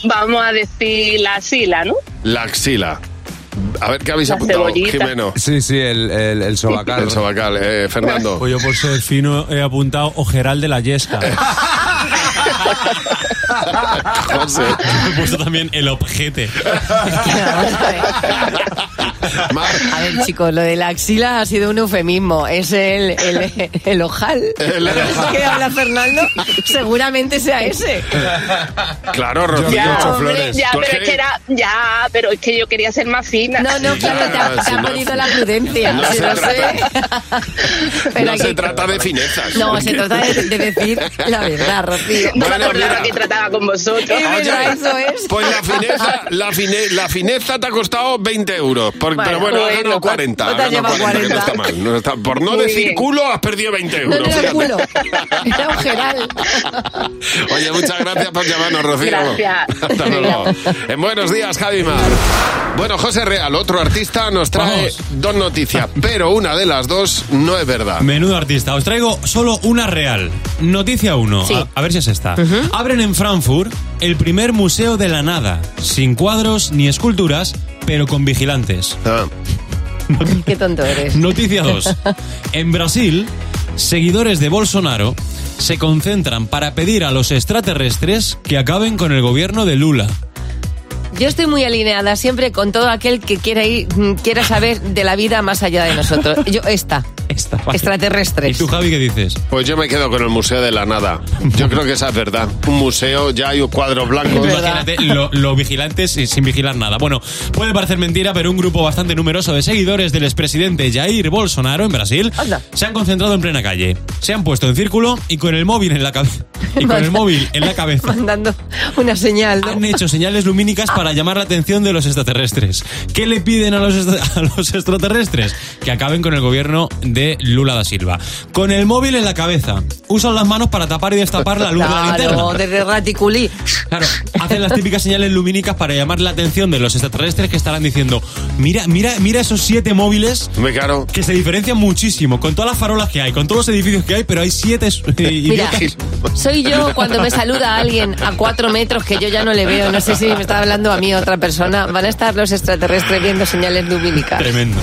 [SPEAKER 20] vamos a decir la sila, ¿no?
[SPEAKER 3] La axila. A ver qué habéis
[SPEAKER 20] La
[SPEAKER 3] apuntado,
[SPEAKER 20] cebollita.
[SPEAKER 3] Jimeno.
[SPEAKER 21] Sí, sí, el, el, el sobacal.
[SPEAKER 3] El sobacal, eh, Fernando.
[SPEAKER 15] Pues yo por ser fino he apuntado ojeral de la yesca.
[SPEAKER 3] José.
[SPEAKER 21] He puesto también el objete.
[SPEAKER 4] A ver, chicos, lo de la axila ha sido un eufemismo. Es el, el, el ojal.
[SPEAKER 3] El ojal.
[SPEAKER 4] que habla Fernando. Seguramente sea ese.
[SPEAKER 3] Claro, Rocío
[SPEAKER 22] Ya,
[SPEAKER 3] Ocho
[SPEAKER 22] hombre,
[SPEAKER 3] Flores.
[SPEAKER 22] ya,
[SPEAKER 3] Tú
[SPEAKER 22] pero
[SPEAKER 3] es
[SPEAKER 22] es que era, ya, pero es que yo quería ser más fina.
[SPEAKER 4] No, no, claro, te ha, te ha podido la prudencia.
[SPEAKER 3] No
[SPEAKER 4] si
[SPEAKER 3] se
[SPEAKER 4] lo sé. Pero
[SPEAKER 3] no
[SPEAKER 4] aquí-
[SPEAKER 3] se trata de finezas.
[SPEAKER 4] No, se trata de, de decir la verdad, Rocío.
[SPEAKER 22] No me acordaba que trataba con vosotros.
[SPEAKER 4] verdad, eso es.
[SPEAKER 3] Pues la fineza, la, fine- la fineza te ha costado 20 euros. por- pero bueno,
[SPEAKER 4] bueno,
[SPEAKER 3] has ganado
[SPEAKER 4] pues,
[SPEAKER 3] 40.
[SPEAKER 4] pues te
[SPEAKER 3] has ganado
[SPEAKER 4] llevas
[SPEAKER 3] 40, que no está mal. no está- por no
[SPEAKER 4] Muy
[SPEAKER 3] decir
[SPEAKER 4] bien.
[SPEAKER 3] culo, has perdido 20 euros.
[SPEAKER 4] No era
[SPEAKER 3] fíjate.
[SPEAKER 4] culo, era un geral.
[SPEAKER 3] Oye, muchas gracias por llamarnos, Rocío.
[SPEAKER 4] Gracias.
[SPEAKER 3] Hasta luego. En buenos días, Javimar. Bueno, José Real, otro artista, nos trae dos noticias, pero una de las dos no es verdad.
[SPEAKER 23] Menudo artista, os traigo solo una real. Noticia 1,
[SPEAKER 3] Sí.
[SPEAKER 23] a, a ver si es esta. Abren en Frankfurt el primer museo de la nada, sin cuadros ni esculturas, pero con vigilantes.
[SPEAKER 3] Ah.
[SPEAKER 4] Qué tonto eres.
[SPEAKER 23] Noticia 2. En Brasil, seguidores de Bolsonaro se concentran para pedir a los extraterrestres que acaben con el gobierno de Lula.
[SPEAKER 4] Yo estoy muy alineada siempre con todo aquel que quiera ir, mm, quiera saber de la vida más allá de nosotros. Yo esta.
[SPEAKER 23] Esta.
[SPEAKER 4] Extraterrestre.
[SPEAKER 23] ¿Y tú, Javi, qué dices?
[SPEAKER 3] Pues yo me quedo con el Museo de la Nada. Yo creo que esa es verdad. Un museo, ya hay cuadros blancos.
[SPEAKER 23] Imagínate lo- los vigilantes y sin vigilar nada. Bueno, puede parecer mentira, pero un grupo bastante numeroso de seguidores del expresidente Jair Bolsonaro en Brasil se han concentrado en plena calle. Se han puesto en círculo y con el móvil en la cabeza. Y con el móvil en la cabeza.
[SPEAKER 4] Mandando una señal. ¿no?
[SPEAKER 23] Han hecho señales lumínicas para llamar la atención de los extraterrestres. ¿Qué le piden a los, extra- a los extraterrestres? Que acaben con el gobierno de Lula da Silva. Con el móvil en la cabeza. Usan las manos para tapar y destapar la luz de la linterna.
[SPEAKER 4] Claro, desde Raticulí.
[SPEAKER 23] Claro, hacen las típicas señales lumínicas para llamar la atención de los extraterrestres que estarán diciendo, mira, mira, mira esos siete móviles que se diferencian muchísimo con todas las farolas que hay, con todos los edificios que hay, pero hay siete eh,
[SPEAKER 4] Mira,
[SPEAKER 23] idiotas.
[SPEAKER 4] soy yo cuando me saluda alguien a cuatro metros que yo ya no le veo. No sé si me está hablando a mí o otra persona. Van a estar los extraterrestres viendo señales lumínicas.
[SPEAKER 23] Tremendo.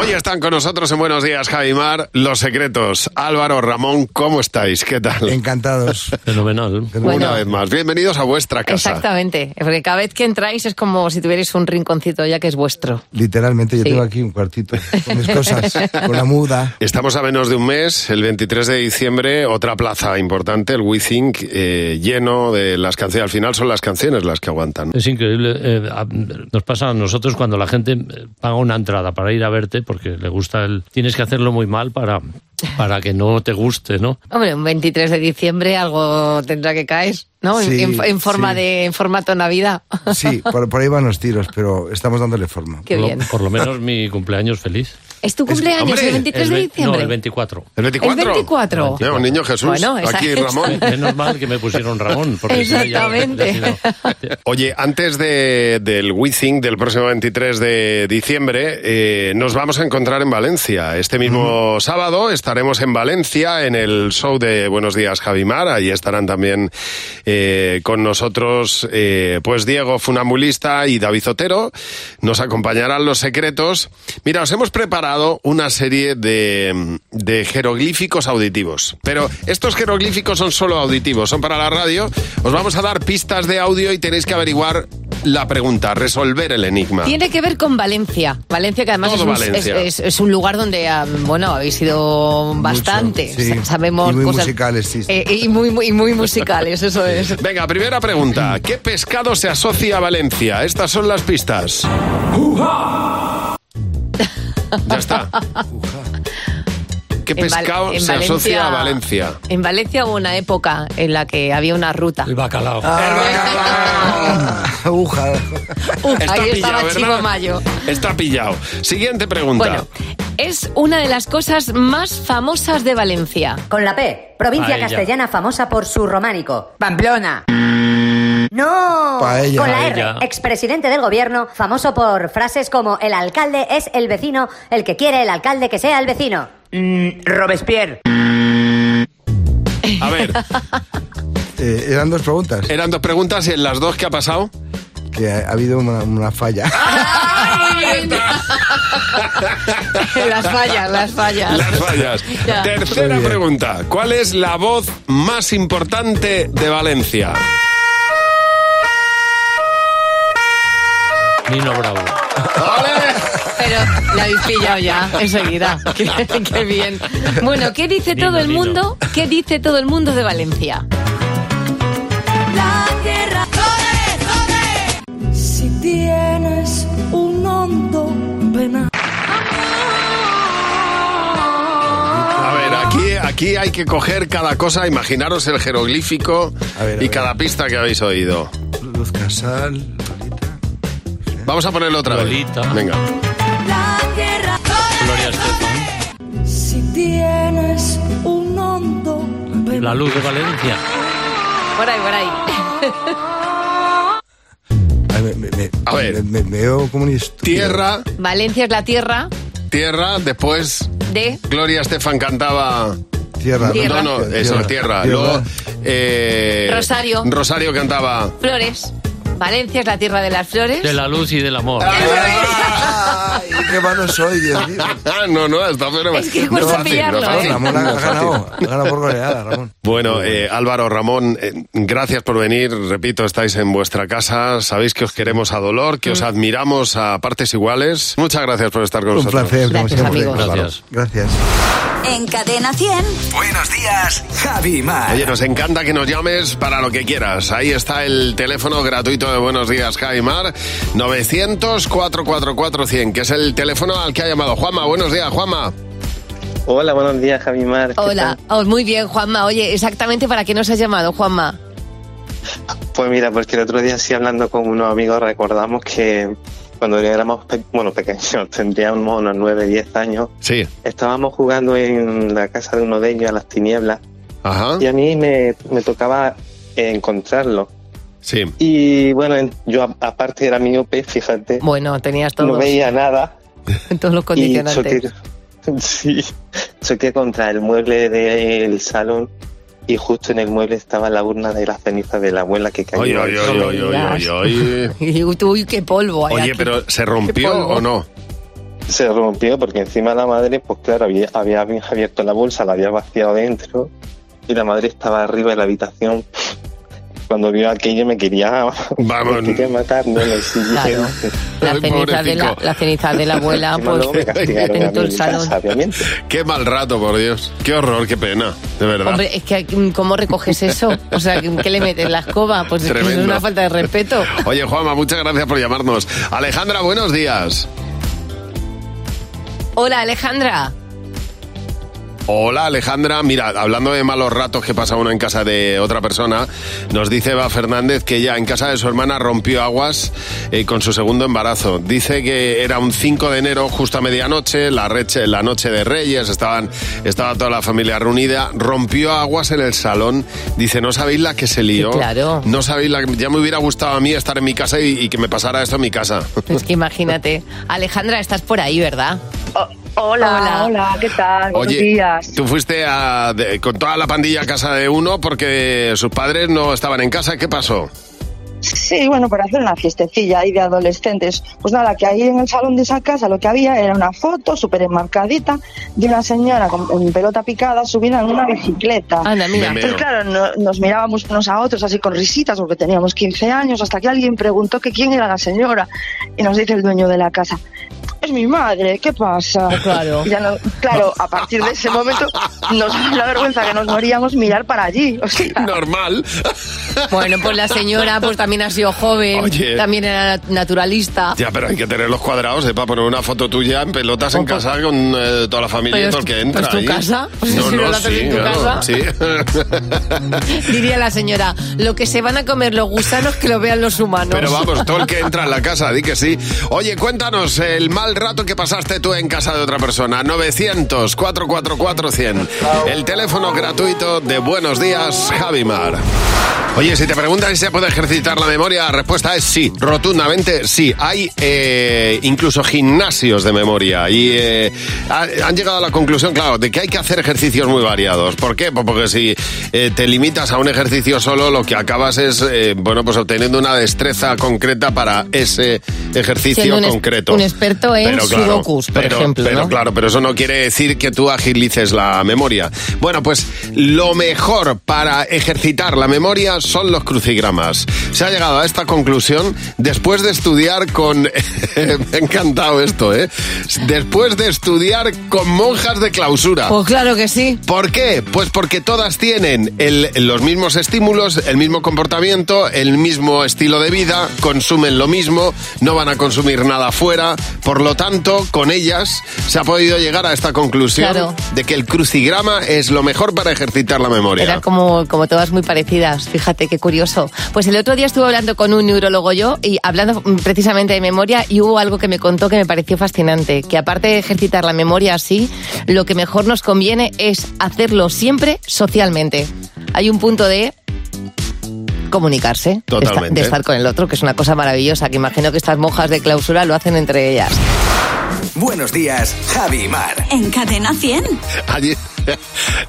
[SPEAKER 3] Hoy están con nosotros en Buenos Días, Javimar, Los Secretos. Álvaro, Ramón, ¿cómo estáis? ¿Qué tal?
[SPEAKER 17] Encantados.
[SPEAKER 19] Fenomenal.
[SPEAKER 3] Una vez más, bienvenidos a vuestra casa.
[SPEAKER 4] Exactamente, porque cada vez que entráis es como si tuvierais un rinconcito ya que es vuestro.
[SPEAKER 17] Literalmente, yo
[SPEAKER 4] Sí.
[SPEAKER 17] tengo aquí un cuartito con mis cosas, con la muda.
[SPEAKER 3] Estamos a menos de un mes, el 23 de diciembre, otra plaza importante, el WeThink, eh, lleno de las canciones. Al final son las canciones las que aguantan.
[SPEAKER 19] Es increíble. eh, a- nos pasa a nosotros cuando la gente eh, paga una entrada para ir a verte porque le gusta el. Tienes que hacerlo muy mal para, para que no te guste, ¿no?
[SPEAKER 4] Hombre, un 23 de diciembre algo tendrá que caer, ¿no? En-
[SPEAKER 17] Sí,
[SPEAKER 4] en, en forma
[SPEAKER 17] sí.
[SPEAKER 4] de en formato Navidad.
[SPEAKER 17] Sí, por, por ahí van los tiros, pero estamos dándole forma.
[SPEAKER 4] Qué
[SPEAKER 19] Por lo-
[SPEAKER 4] bien.
[SPEAKER 19] Por, lo menos mi cumpleaños feliz.
[SPEAKER 4] ¿Es tu cumpleaños
[SPEAKER 19] Hombre,
[SPEAKER 4] el 23 de
[SPEAKER 19] ve-
[SPEAKER 4] diciembre?
[SPEAKER 19] No, el 24.
[SPEAKER 3] ¿El
[SPEAKER 4] 24? ¿El 24?
[SPEAKER 3] Eh, un niño Jesús,
[SPEAKER 4] Bueno, esa-
[SPEAKER 3] aquí
[SPEAKER 4] esa-
[SPEAKER 3] Ramón.
[SPEAKER 19] Menos mal que me pusieron Ramón. Porque si no ya-
[SPEAKER 4] Exactamente.
[SPEAKER 3] Oye, antes de, del WeThink del próximo 23 de diciembre, eh, nos vamos a encontrar en Valencia. Este mismo sábado estaremos en Valencia en el show de Buenos Días Javimar. Ahí estarán también eh, con nosotros eh, pues Diego Funambulista y David Zotero. Nos acompañarán los secretos. Mira, os hemos preparado una serie de, de jeroglíficos auditivos. Pero estos jeroglíficos son solo auditivos, son para la radio. Os vamos a dar pistas de audio y tenéis que averiguar la pregunta, resolver el enigma.
[SPEAKER 4] Tiene que ver con Valencia. Valencia, que además es
[SPEAKER 3] Todo
[SPEAKER 4] un,
[SPEAKER 3] Valencia.
[SPEAKER 4] es- es- es un lugar donde, ah, bueno, habéis ido bastante.
[SPEAKER 17] sí.
[SPEAKER 4] Sa- Sabemos
[SPEAKER 17] Y muy
[SPEAKER 4] cosas.
[SPEAKER 17] musicales, sí, sí.
[SPEAKER 4] Eh, y muy, muy, muy musicales, eso es.
[SPEAKER 3] Venga, primera pregunta. ¿Qué pescado se asocia a Valencia? Estas son las pistas. Ya está. ¿Qué
[SPEAKER 4] En Val-
[SPEAKER 3] pescado
[SPEAKER 4] en
[SPEAKER 3] se
[SPEAKER 4] Valencia-
[SPEAKER 3] asocia a Valencia?
[SPEAKER 4] En Valencia hubo una época en la que había una ruta. El
[SPEAKER 19] bacalao.
[SPEAKER 17] Ah. Aguja.
[SPEAKER 3] Está
[SPEAKER 4] ahí estaba
[SPEAKER 3] pillado, ¿verdad?
[SPEAKER 4] Chivo Mayo.
[SPEAKER 3] Está pillado. Siguiente pregunta.
[SPEAKER 4] Bueno, Es una de las cosas más famosas de Valencia.
[SPEAKER 24] Con la P, provincia
[SPEAKER 4] Paella.
[SPEAKER 24] castellana famosa por su románico. Pamplona. No.
[SPEAKER 17] Paella.
[SPEAKER 24] Con la
[SPEAKER 17] Paella.
[SPEAKER 24] R, expresidente del gobierno, famoso por frases como el alcalde es el vecino, el que quiere el alcalde que sea el vecino.
[SPEAKER 21] Mm. Robespierre.
[SPEAKER 3] A ver,
[SPEAKER 17] Eh, eran dos preguntas,
[SPEAKER 3] eran dos preguntas y en las dos, ¿qué ha pasado?
[SPEAKER 17] que ha, ha habido una, una falla.
[SPEAKER 4] las fallas, las fallas.
[SPEAKER 3] Las fallas.
[SPEAKER 4] Ya.
[SPEAKER 3] Tercera pregunta. ¿Cuál es la voz más importante de Valencia?
[SPEAKER 19] Nino Bravo.
[SPEAKER 4] Pero La habéis pillado ya, enseguida. Qué, qué bien. Bueno, ¿qué dice
[SPEAKER 6] Digno,
[SPEAKER 4] todo el
[SPEAKER 6] digno.
[SPEAKER 4] mundo? ¿Qué dice todo el mundo de Valencia?
[SPEAKER 6] La tierra Si tienes un hondo penal.
[SPEAKER 3] A ver, aquí, aquí hay que coger cada cosa, imaginaros el jeroglífico y cada pista que habéis oído.
[SPEAKER 17] Luz Casal.
[SPEAKER 3] Vamos a ponerlo otra vez. Venga.
[SPEAKER 6] La tierra Si tienes un hondo penal.
[SPEAKER 19] La luz de Valencia.
[SPEAKER 4] Por ahí, por ahí.
[SPEAKER 17] Ay, me- me- me- me- me- me veo como un estúpido.
[SPEAKER 3] Tierra,
[SPEAKER 4] Valencia es la tierra
[SPEAKER 3] tierra, después
[SPEAKER 4] de...
[SPEAKER 3] Gloria Estefan cantaba...
[SPEAKER 17] Tierra.
[SPEAKER 4] Tierra.
[SPEAKER 3] No, no, eso,
[SPEAKER 17] Tierra.
[SPEAKER 3] tierra.
[SPEAKER 17] Tierra.
[SPEAKER 3] Luego... eh,
[SPEAKER 4] Rosario.
[SPEAKER 3] Rosario cantaba...
[SPEAKER 4] Flores. Valencia es la tierra de las flores.
[SPEAKER 19] De la luz y del amor.
[SPEAKER 17] qué malo soy, Dios mío.
[SPEAKER 3] no, no, está fenomenal.
[SPEAKER 4] Es que cuesta pillarlo, ¿eh?
[SPEAKER 17] Ramón ha ganado, ha ganado por goleada, Ramón.
[SPEAKER 3] Bueno, eh, Álvaro, Ramón, eh, gracias por venir. Repito, estáis en vuestra casa. Sabéis que os queremos a dolor, que
[SPEAKER 17] Mm.
[SPEAKER 3] os admiramos a partes iguales. Muchas gracias por estar con
[SPEAKER 17] Un
[SPEAKER 3] nosotros.
[SPEAKER 17] placer, como Gracias, siempre, amigos. Álvaro. Gracias.
[SPEAKER 1] En Cadena 100. Buenos días, Javi Mar.
[SPEAKER 3] Oye, nos encanta que nos llames para lo que quieras. Ahí está el teléfono gratuito de Buenos Días, Jaimar. 900-444-100, que es el teléfono al que ha llamado Juanma. Buenos días, Juanma.
[SPEAKER 7] Hola, buenos días, Javi Mar. ¿Qué
[SPEAKER 4] Hola, Oh, muy bien, Juanma. Oye, exactamente para qué nos has llamado, Juanma.
[SPEAKER 7] tal? Pues mira, porque el otro día sí hablando con unos amigos recordamos que cuando éramos pe- bueno, pequeños, tendríamos unos 9, 10 años,
[SPEAKER 3] Sí.
[SPEAKER 7] estábamos jugando en la casa de uno de ellos a las tinieblas y a mí me, me tocaba eh, encontrarlo.
[SPEAKER 3] Sí.
[SPEAKER 7] Y bueno, en- yo a- aparte era miope, fíjate,
[SPEAKER 4] Bueno, tenías todos,
[SPEAKER 7] no veía nada.
[SPEAKER 4] en todos los
[SPEAKER 7] Y
[SPEAKER 4] condicionantes.
[SPEAKER 7] choqué, sí, choqué contra el mueble del salón y justo en el mueble estaba la urna de las cenizas de la abuela que cayó.
[SPEAKER 3] Oye, oye, oye, oye, oye, oye.
[SPEAKER 4] Y digo, tú, uy, qué polvo hay
[SPEAKER 7] Oye,
[SPEAKER 4] aquí.
[SPEAKER 7] pero
[SPEAKER 3] ¿se rompió
[SPEAKER 7] Qué polvo.
[SPEAKER 3] o no?
[SPEAKER 7] Se rompió porque encima la madre, pues claro, había, había abierto la bolsa, la había vaciado dentro y la madre estaba arriba de la habitación. Cuando vio aquello me quería,
[SPEAKER 3] Vamos.
[SPEAKER 7] me quería matar. No, lo sí,
[SPEAKER 4] Claro. Las cenizas, de la, las cenizas de la abuela,
[SPEAKER 7] Encima
[SPEAKER 4] pues,
[SPEAKER 7] luego me castigaron a
[SPEAKER 4] en todo
[SPEAKER 7] mí
[SPEAKER 4] el
[SPEAKER 7] en casa,
[SPEAKER 4] salón.
[SPEAKER 7] obviamente.
[SPEAKER 3] Qué mal rato, por Dios. Qué horror, qué pena. De verdad.
[SPEAKER 4] Hombre, es que mm, ¿cómo recoges eso? O sea, ¿qué le metes? ¿La escoba? Pues es que es
[SPEAKER 3] Tremendo.
[SPEAKER 4] una falta de respeto.
[SPEAKER 3] Oye, Juanma, muchas gracias por llamarnos. Alejandra, buenos días.
[SPEAKER 4] Hola, Alejandra.
[SPEAKER 3] Hola Alejandra, mira, hablando de malos ratos que pasa uno en casa de otra persona, nos dice Eva Fernández que ya en casa de su hermana rompió aguas eh, con su segundo embarazo. Dice que era un 5 de enero, justo a medianoche, la, reche- la noche de Reyes, estaban, estaba toda la familia reunida, rompió aguas en el salón. Dice, no sabéis la que se lió.
[SPEAKER 4] claro.
[SPEAKER 3] No sabéis la que... Ya me hubiera gustado a mí estar en mi casa y, y que me pasara esto en mi casa.
[SPEAKER 4] Es que imagínate. Alejandra, estás por ahí, ¿verdad?
[SPEAKER 12] Hola, hola, ¿qué tal? Buenos días.
[SPEAKER 3] tú fuiste a- de- con toda la pandilla a casa de uno porque sus padres no estaban en casa. ¿Qué pasó?
[SPEAKER 12] Sí, bueno, para hacer una fiestecilla ahí de adolescentes. Pues nada, que ahí en el salón de esa casa lo que había era una foto súper enmarcadita de una señora con, en pelota picada subida en una bicicleta.
[SPEAKER 4] Anda, mira. Me meo.
[SPEAKER 12] Entonces, claro, no- nos mirábamos unos a otros así con risitas porque teníamos 15 años, hasta que alguien preguntó que quién era la señora. Y nos dice el dueño de la casa. Es mi madre, ¿qué pasa?
[SPEAKER 4] Ah, Claro.
[SPEAKER 12] Ya no- claro, a partir de ese momento nos dio la vergüenza que nos moríamos mirar para allí. O sea,
[SPEAKER 3] Normal.
[SPEAKER 4] Bueno, pues la señora pues también ha sido joven,
[SPEAKER 3] Oye.
[SPEAKER 4] también era naturalista.
[SPEAKER 3] Ya, pero hay que tener los cuadrados, ¿eh? Para poner una foto tuya en pelotas en casa con eh, toda la familia y
[SPEAKER 4] Pero
[SPEAKER 3] todo el
[SPEAKER 4] es-
[SPEAKER 3] que entra.
[SPEAKER 4] pues tu
[SPEAKER 3] ahí.
[SPEAKER 4] casa, pues
[SPEAKER 3] no,
[SPEAKER 4] si no
[SPEAKER 3] no,
[SPEAKER 4] la haces
[SPEAKER 3] sí,
[SPEAKER 4] en tu
[SPEAKER 3] claro,
[SPEAKER 4] casa.
[SPEAKER 3] sí.
[SPEAKER 4] Diría la señora, lo que se van a comer los gusanos que lo vean los humanos.
[SPEAKER 3] Pero vamos, todo el que entra en la casa, di que sí. Oye, cuéntanos el mal rato que pasaste tú en casa de otra persona. 900-444-100. El teléfono gratuito de Buenos Días, Javimar. Oye, si te preguntan si se puede ejercitar la memoria, la respuesta es sí, rotundamente sí. Hay eh, incluso gimnasios de memoria y eh, ha- han llegado a la conclusión, claro, de que hay que hacer ejercicios muy variados. ¿Por qué? Pues porque si eh, te limitas a un ejercicio solo, lo que acabas es, eh, bueno, pues obteniendo una destreza concreta para ese ejercicio
[SPEAKER 4] Siendo un es-
[SPEAKER 3] concreto.
[SPEAKER 4] Un experto en en
[SPEAKER 3] Pero claro,
[SPEAKER 4] sudokus, por
[SPEAKER 3] pero-
[SPEAKER 4] ejemplo.
[SPEAKER 3] Pero
[SPEAKER 4] ¿no?
[SPEAKER 3] claro, pero eso no quiere decir que tú agilices la memoria. Bueno, pues lo mejor para ejercitar la memoria son los crucigramas. Se ha llegado a esta conclusión después de estudiar con... Me ha encantado esto, ¿eh? Después de estudiar con monjas de clausura.
[SPEAKER 4] Pues claro que sí.
[SPEAKER 3] ¿Por qué? Pues porque todas tienen el- los mismos estímulos, el mismo comportamiento, el mismo estilo de vida, consumen lo mismo, no van a consumir nada fuera. Por lo tanto, con ellas se ha podido llegar a esta conclusión
[SPEAKER 4] Claro.
[SPEAKER 3] de que el crucigrama es lo mejor para ejercitar la
[SPEAKER 4] Eran
[SPEAKER 3] memoria.
[SPEAKER 4] como, como todas muy parecidas, fíjate qué curioso. Pues el otro día estuve hablando con un neurólogo yo y hablando mm, precisamente de memoria y hubo algo que me contó que me pareció fascinante, que aparte de ejercitar la memoria así, lo que mejor nos conviene es hacerlo siempre socialmente. Hay un punto de comunicarse, de esta- de
[SPEAKER 3] Totalmente.
[SPEAKER 4] estar con el otro, que es una cosa maravillosa, que imagino que estas monjas de clausura lo hacen entre ellas.
[SPEAKER 2] Buenos días, Javi y Mar.
[SPEAKER 1] En Cadena 100.
[SPEAKER 3] Allí-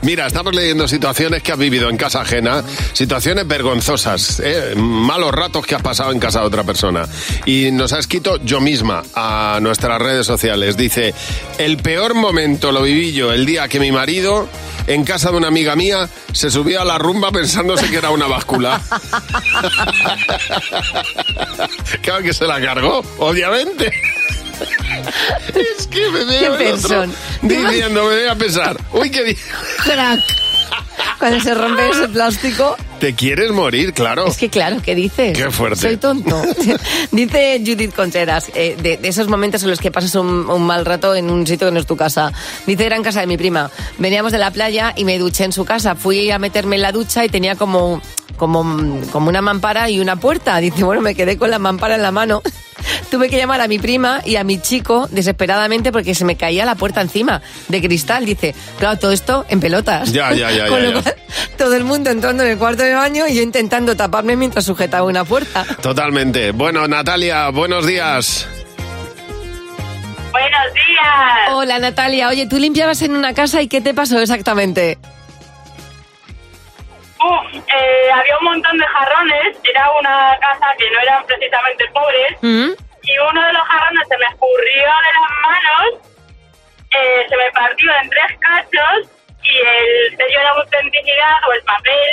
[SPEAKER 3] Mira, estamos leyendo situaciones que has vivido en casa ajena, situaciones vergonzosas, ¿eh? malos ratos que has pasado en casa de otra persona. Y nos ha escrito yo misma a nuestras redes sociales. Dice, el peor momento lo viví yo el día que mi marido, en casa de una amiga mía, se subió a la rumba pensándose que era una báscula. claro que se la cargó, obviamente. Es que me veo
[SPEAKER 4] Qué
[SPEAKER 3] el otro
[SPEAKER 4] pensón.
[SPEAKER 3] diciendo, me voy a pensar. Uy, qué di-
[SPEAKER 4] Crack. Cuando se rompe ese plástico.
[SPEAKER 3] Te quieres morir, claro.
[SPEAKER 4] Es que claro, ¿qué dices?
[SPEAKER 3] Qué fuerte.
[SPEAKER 4] Soy tonto. Dice Judith Contreras, eh, de, de esos momentos en los que pasas un, un mal rato en un sitio que no es tu casa. Dice, era en casa de mi prima. Veníamos de la playa y me duché en su casa. Fui a meterme en la ducha y tenía como, como, como una mampara y una puerta. Dice, bueno, me quedé con la mampara en la mano. Tuve que llamar a mi prima y a mi chico desesperadamente porque se me caía la puerta encima de cristal. Dice, claro, todo esto en pelotas.
[SPEAKER 3] Ya, ya, ya,
[SPEAKER 4] Con
[SPEAKER 3] ya,
[SPEAKER 4] lo
[SPEAKER 3] ya.
[SPEAKER 4] cual, todo el mundo entrando en el cuarto de baño y yo intentando taparme mientras sujetaba una puerta.
[SPEAKER 3] Totalmente. Bueno, Natalia, buenos días.
[SPEAKER 4] Buenos días. Hola Natalia, oye, tú limpiabas en una casa y ¿qué te pasó exactamente?
[SPEAKER 16] Uf, eh, había un montón de jarrones, era una casa que no eran precisamente pobres,
[SPEAKER 4] Mm.
[SPEAKER 16] y uno de los jarrones se me escurrió de las manos, eh, se me partió en tres cachos, y el sello de autenticidad o el papel,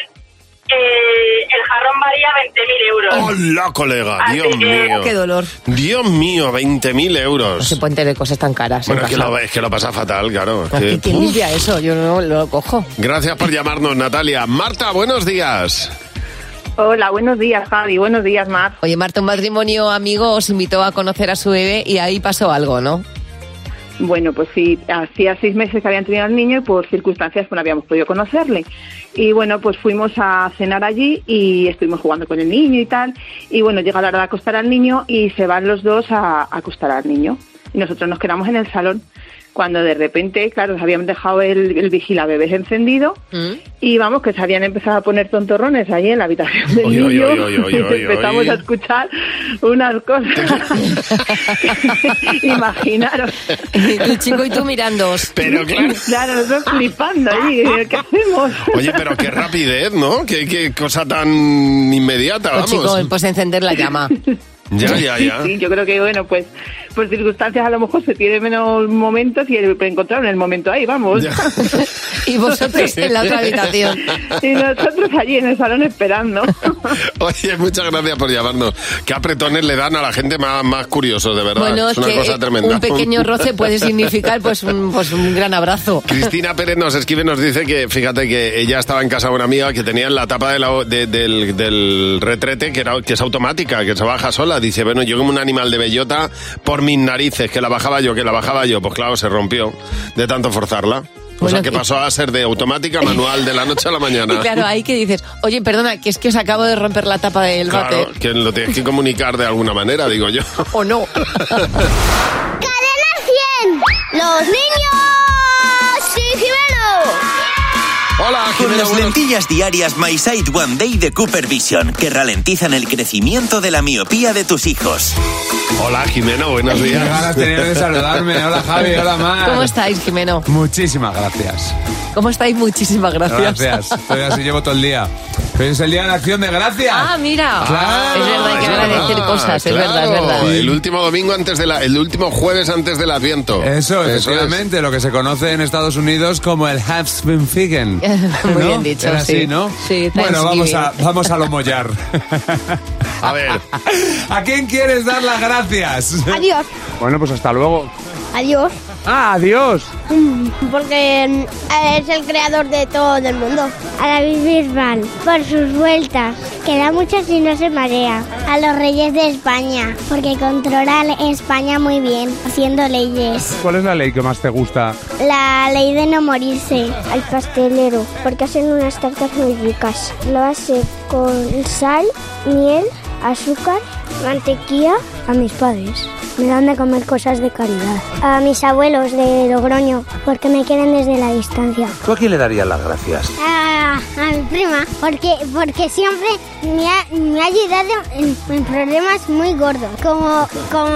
[SPEAKER 16] eh, el jarrón valía 20.000 euros.
[SPEAKER 3] Hola, colega.
[SPEAKER 16] Así
[SPEAKER 3] Dios
[SPEAKER 16] que-
[SPEAKER 3] mío.
[SPEAKER 4] Qué dolor.
[SPEAKER 3] Dios mío, 20.000 euros.
[SPEAKER 4] Se pueden tener cosas tan caras. en
[SPEAKER 3] Bueno, es que,
[SPEAKER 4] casa.
[SPEAKER 3] lo, es que lo pasa fatal, claro.
[SPEAKER 4] Aquí,
[SPEAKER 3] Que-
[SPEAKER 4] ¿Quién
[SPEAKER 3] Uf.
[SPEAKER 4] limpia eso? Yo no lo cojo.
[SPEAKER 3] Gracias por llamarnos, Natalia. Marta, buenos días.
[SPEAKER 5] Hola, buenos días, Javi. Buenos días, Mar.
[SPEAKER 4] Oye, Marta, un matrimonio amigo os invitó a conocer a su bebé y ahí pasó algo, ¿no?
[SPEAKER 5] Bueno, pues sí, hacía seis meses que habían tenido al niño y por circunstancias pues, no habíamos podido conocerle. Y bueno, pues fuimos a cenar allí y estuvimos jugando con el niño y tal. Y bueno, llega la hora de acostar al niño y se van los dos a, a acostar al niño. Y nosotros nos quedamos en el salón cuando de repente, claro, habían dejado el, el vigilabebés encendido
[SPEAKER 3] ¿Mm?
[SPEAKER 5] y vamos, que se habían empezado a poner tontorrones ahí en la habitación del
[SPEAKER 3] Oy, oy,
[SPEAKER 5] niño.
[SPEAKER 3] oy, oy, oy, oy,
[SPEAKER 5] Empezamos
[SPEAKER 3] oy.
[SPEAKER 5] a escuchar unas cosas. Imaginaros.
[SPEAKER 4] El chico y tú mirándoos.
[SPEAKER 3] Pero claro.
[SPEAKER 5] Claro, nosotros flipando ahí. ¿Qué hacemos?
[SPEAKER 4] Pues,
[SPEAKER 3] Oye, pero qué rapidez, ¿no? Qué, qué cosa tan inmediata,
[SPEAKER 4] Pues
[SPEAKER 3] vamos.
[SPEAKER 4] chico, pues encender la llama.
[SPEAKER 3] Ya, ya, ya.
[SPEAKER 5] Sí, yo creo que, bueno, pues por circunstancias a lo mejor se tiene menos momentos y el- encontraron el momento ahí, vamos.
[SPEAKER 4] y vosotros en la otra habitación.
[SPEAKER 5] Y nosotros allí en el salón esperando.
[SPEAKER 3] Oye, muchas gracias por llamarnos. Qué apretones le dan a la gente más, más curiosos, de verdad.
[SPEAKER 4] Bueno,
[SPEAKER 3] es una
[SPEAKER 4] que eh,
[SPEAKER 3] cosa tremenda.
[SPEAKER 4] un pequeño roce puede significar pues un, pues un gran abrazo.
[SPEAKER 3] Cristina Pérez nos escribe, nos dice que, fíjate, que ella estaba en casa de una amiga que tenía en la tapa de la- de- del, del retrete, que, era, que es automática, que se baja sola. Dice, bueno, yo como un animal de bellota, por mis narices, que la bajaba yo, que la bajaba yo. Pues claro, se rompió de tanto forzarla. O sea, que pasó a ser de automática a manual de la noche a la mañana.
[SPEAKER 4] Y claro, ahí que dices, oye, perdona, que es que os acabo de romper la tapa del
[SPEAKER 3] Claro,
[SPEAKER 4] váter.
[SPEAKER 3] que lo tienes que comunicar de alguna manera, digo yo.
[SPEAKER 4] O no.
[SPEAKER 8] ¡Cadena 100! ¡Los niños! ¡Sí,
[SPEAKER 3] Hola,
[SPEAKER 8] Jimeno,
[SPEAKER 2] Con las
[SPEAKER 8] buenos-
[SPEAKER 2] lentillas diarias My Sight One Day de Cooper Vision, que ralentizan el crecimiento de la miopía de tus hijos.
[SPEAKER 3] Hola, Jimeno, buenos
[SPEAKER 21] Qué
[SPEAKER 3] días.
[SPEAKER 21] ganas tenía de saludarme. Hola, Javi. Hola, Mar.
[SPEAKER 4] ¿Cómo estáis, Jimeno?
[SPEAKER 21] Muchísimas gracias.
[SPEAKER 4] ¿Cómo estáis? Muchísimas gracias.
[SPEAKER 21] Gracias. Estoy así llevo todo el día. Pero es el día de la acción de gracias.
[SPEAKER 4] Ah, mira.
[SPEAKER 21] Claro,
[SPEAKER 4] es verdad que
[SPEAKER 21] es
[SPEAKER 4] agradecer
[SPEAKER 21] verdad,
[SPEAKER 4] cosas,
[SPEAKER 3] Claro,
[SPEAKER 4] es verdad, es verdad.
[SPEAKER 3] El último domingo antes de la, el último jueves antes del Adviento.
[SPEAKER 21] Eso,
[SPEAKER 3] es.
[SPEAKER 21] efectivamente, lo que se conoce en Estados Unidos como el Habsbenfigen.
[SPEAKER 4] Muy
[SPEAKER 21] ¿No?
[SPEAKER 4] bien dicho,
[SPEAKER 21] Era
[SPEAKER 4] sí.
[SPEAKER 21] así, ¿no?
[SPEAKER 4] Sí,
[SPEAKER 21] bueno, vamos a,
[SPEAKER 4] Thanksgiving.
[SPEAKER 21] vamos a lo mollar. a ver. ¿A quién quieres dar las gracias?
[SPEAKER 8] Adiós.
[SPEAKER 21] Bueno, pues hasta luego.
[SPEAKER 8] Adiós.
[SPEAKER 21] Ah, adiós.
[SPEAKER 8] Porque mm, es el creador de todo el mundo. A David Bisbal, por sus vueltas, que da muchas y no se marea. A los reyes de España, porque controla España muy bien, haciendo leyes.
[SPEAKER 21] ¿Cuál es la ley que más te gusta?
[SPEAKER 8] La ley de no morirse. Al pastelero, porque hacen unas tartas muy ricas. La base con sal, miel, azúcar, mantequilla. A mis padres. Me dan de comer cosas de calidad. A mis abuelos de Logroño, porque me quieren desde la distancia.
[SPEAKER 9] ¿Tú a quién le darías las gracias?
[SPEAKER 8] A, a mi prima, porque, porque siempre me ha, me ha ayudado en, en problemas muy gordos, como, como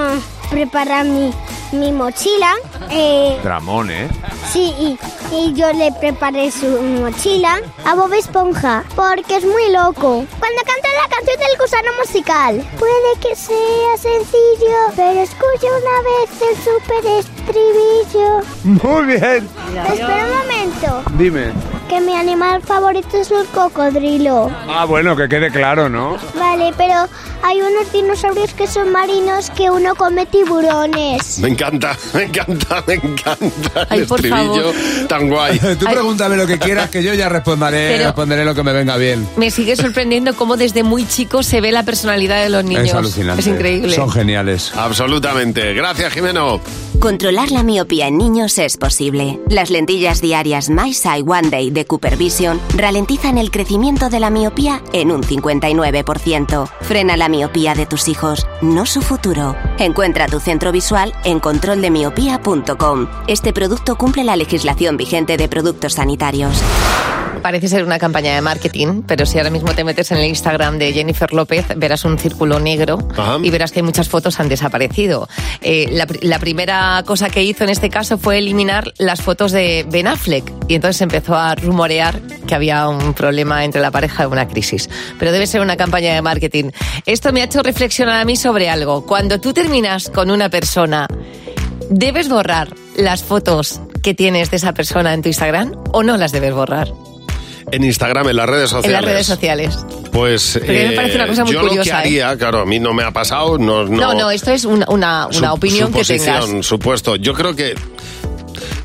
[SPEAKER 8] preparar mi, mi mochila. eh,
[SPEAKER 21] Dramón, ¿eh?
[SPEAKER 8] Sí, y, y yo le preparé su mochila a Bob Esponja, porque es muy loco. Cuando canta la canción del gusano musical. Puede que sea sencillo, pero escucha una vez el super estribillo.
[SPEAKER 21] Muy bien.
[SPEAKER 8] Espera un momento,
[SPEAKER 21] Dime.
[SPEAKER 8] que mi animal favorito es el cocodrilo.
[SPEAKER 21] Ah, bueno, que quede claro, ¿no?
[SPEAKER 8] Vale, pero hay unos dinosaurios que son marinos que uno come tiburones.
[SPEAKER 3] Me encanta, me encanta, me encanta
[SPEAKER 8] Ay,
[SPEAKER 3] el
[SPEAKER 8] por
[SPEAKER 3] estribillo tan guay.
[SPEAKER 21] Tú pregúntame lo que quieras, que yo ya responderé,
[SPEAKER 4] Pero-
[SPEAKER 21] responderé lo que me venga bien.
[SPEAKER 4] Me sigue sorprendiendo cómo desde muy chico se ve la personalidad de los niños.
[SPEAKER 21] Es alucinante.
[SPEAKER 4] Es increíble.
[SPEAKER 21] Son geniales.
[SPEAKER 3] Absolutamente. Gracias, Jimeno.
[SPEAKER 10] Controlar la miopía en niños es posible. Las lentillas diarias My Sight One Day de Cooper Vision ralentizan el crecimiento de la miopía en un 59%. Frena la miopía de tus hijos, no su futuro. Encuentra tu centro visual en controldemiopía.com. Este producto cumple la legislación vigente de productos sanitarios.
[SPEAKER 4] Parece ser una campaña de marketing, pero si ahora mismo te metes en el Instagram de Jennifer López, verás un círculo negro y verás que muchas fotos han desaparecido. Eh, la, pr- la primera cosa que hizo en este caso fue eliminar las fotos de Ben Affleck y entonces empezó a rumorear que había un problema entre la pareja, una crisis. Pero debe ser una campaña de marketing. Esto me ha hecho reflexionar a mí sobre algo. Cuando tú terminas con una persona, ¿debes borrar las fotos que tienes de esa persona en tu Instagram o no las debes borrar?
[SPEAKER 3] En Instagram, en las redes
[SPEAKER 4] en
[SPEAKER 3] sociales.
[SPEAKER 4] las redes sociales.
[SPEAKER 3] Pues
[SPEAKER 4] Porque me parece una cosa muy
[SPEAKER 3] yo lo que
[SPEAKER 4] curiosa, ¿eh?
[SPEAKER 3] haría, claro, a mí no me ha pasado, no, no,
[SPEAKER 4] No, no, esto es una, una, una
[SPEAKER 3] Sup-
[SPEAKER 4] opinión que tengas.
[SPEAKER 3] suposición, supuesto. Yo creo que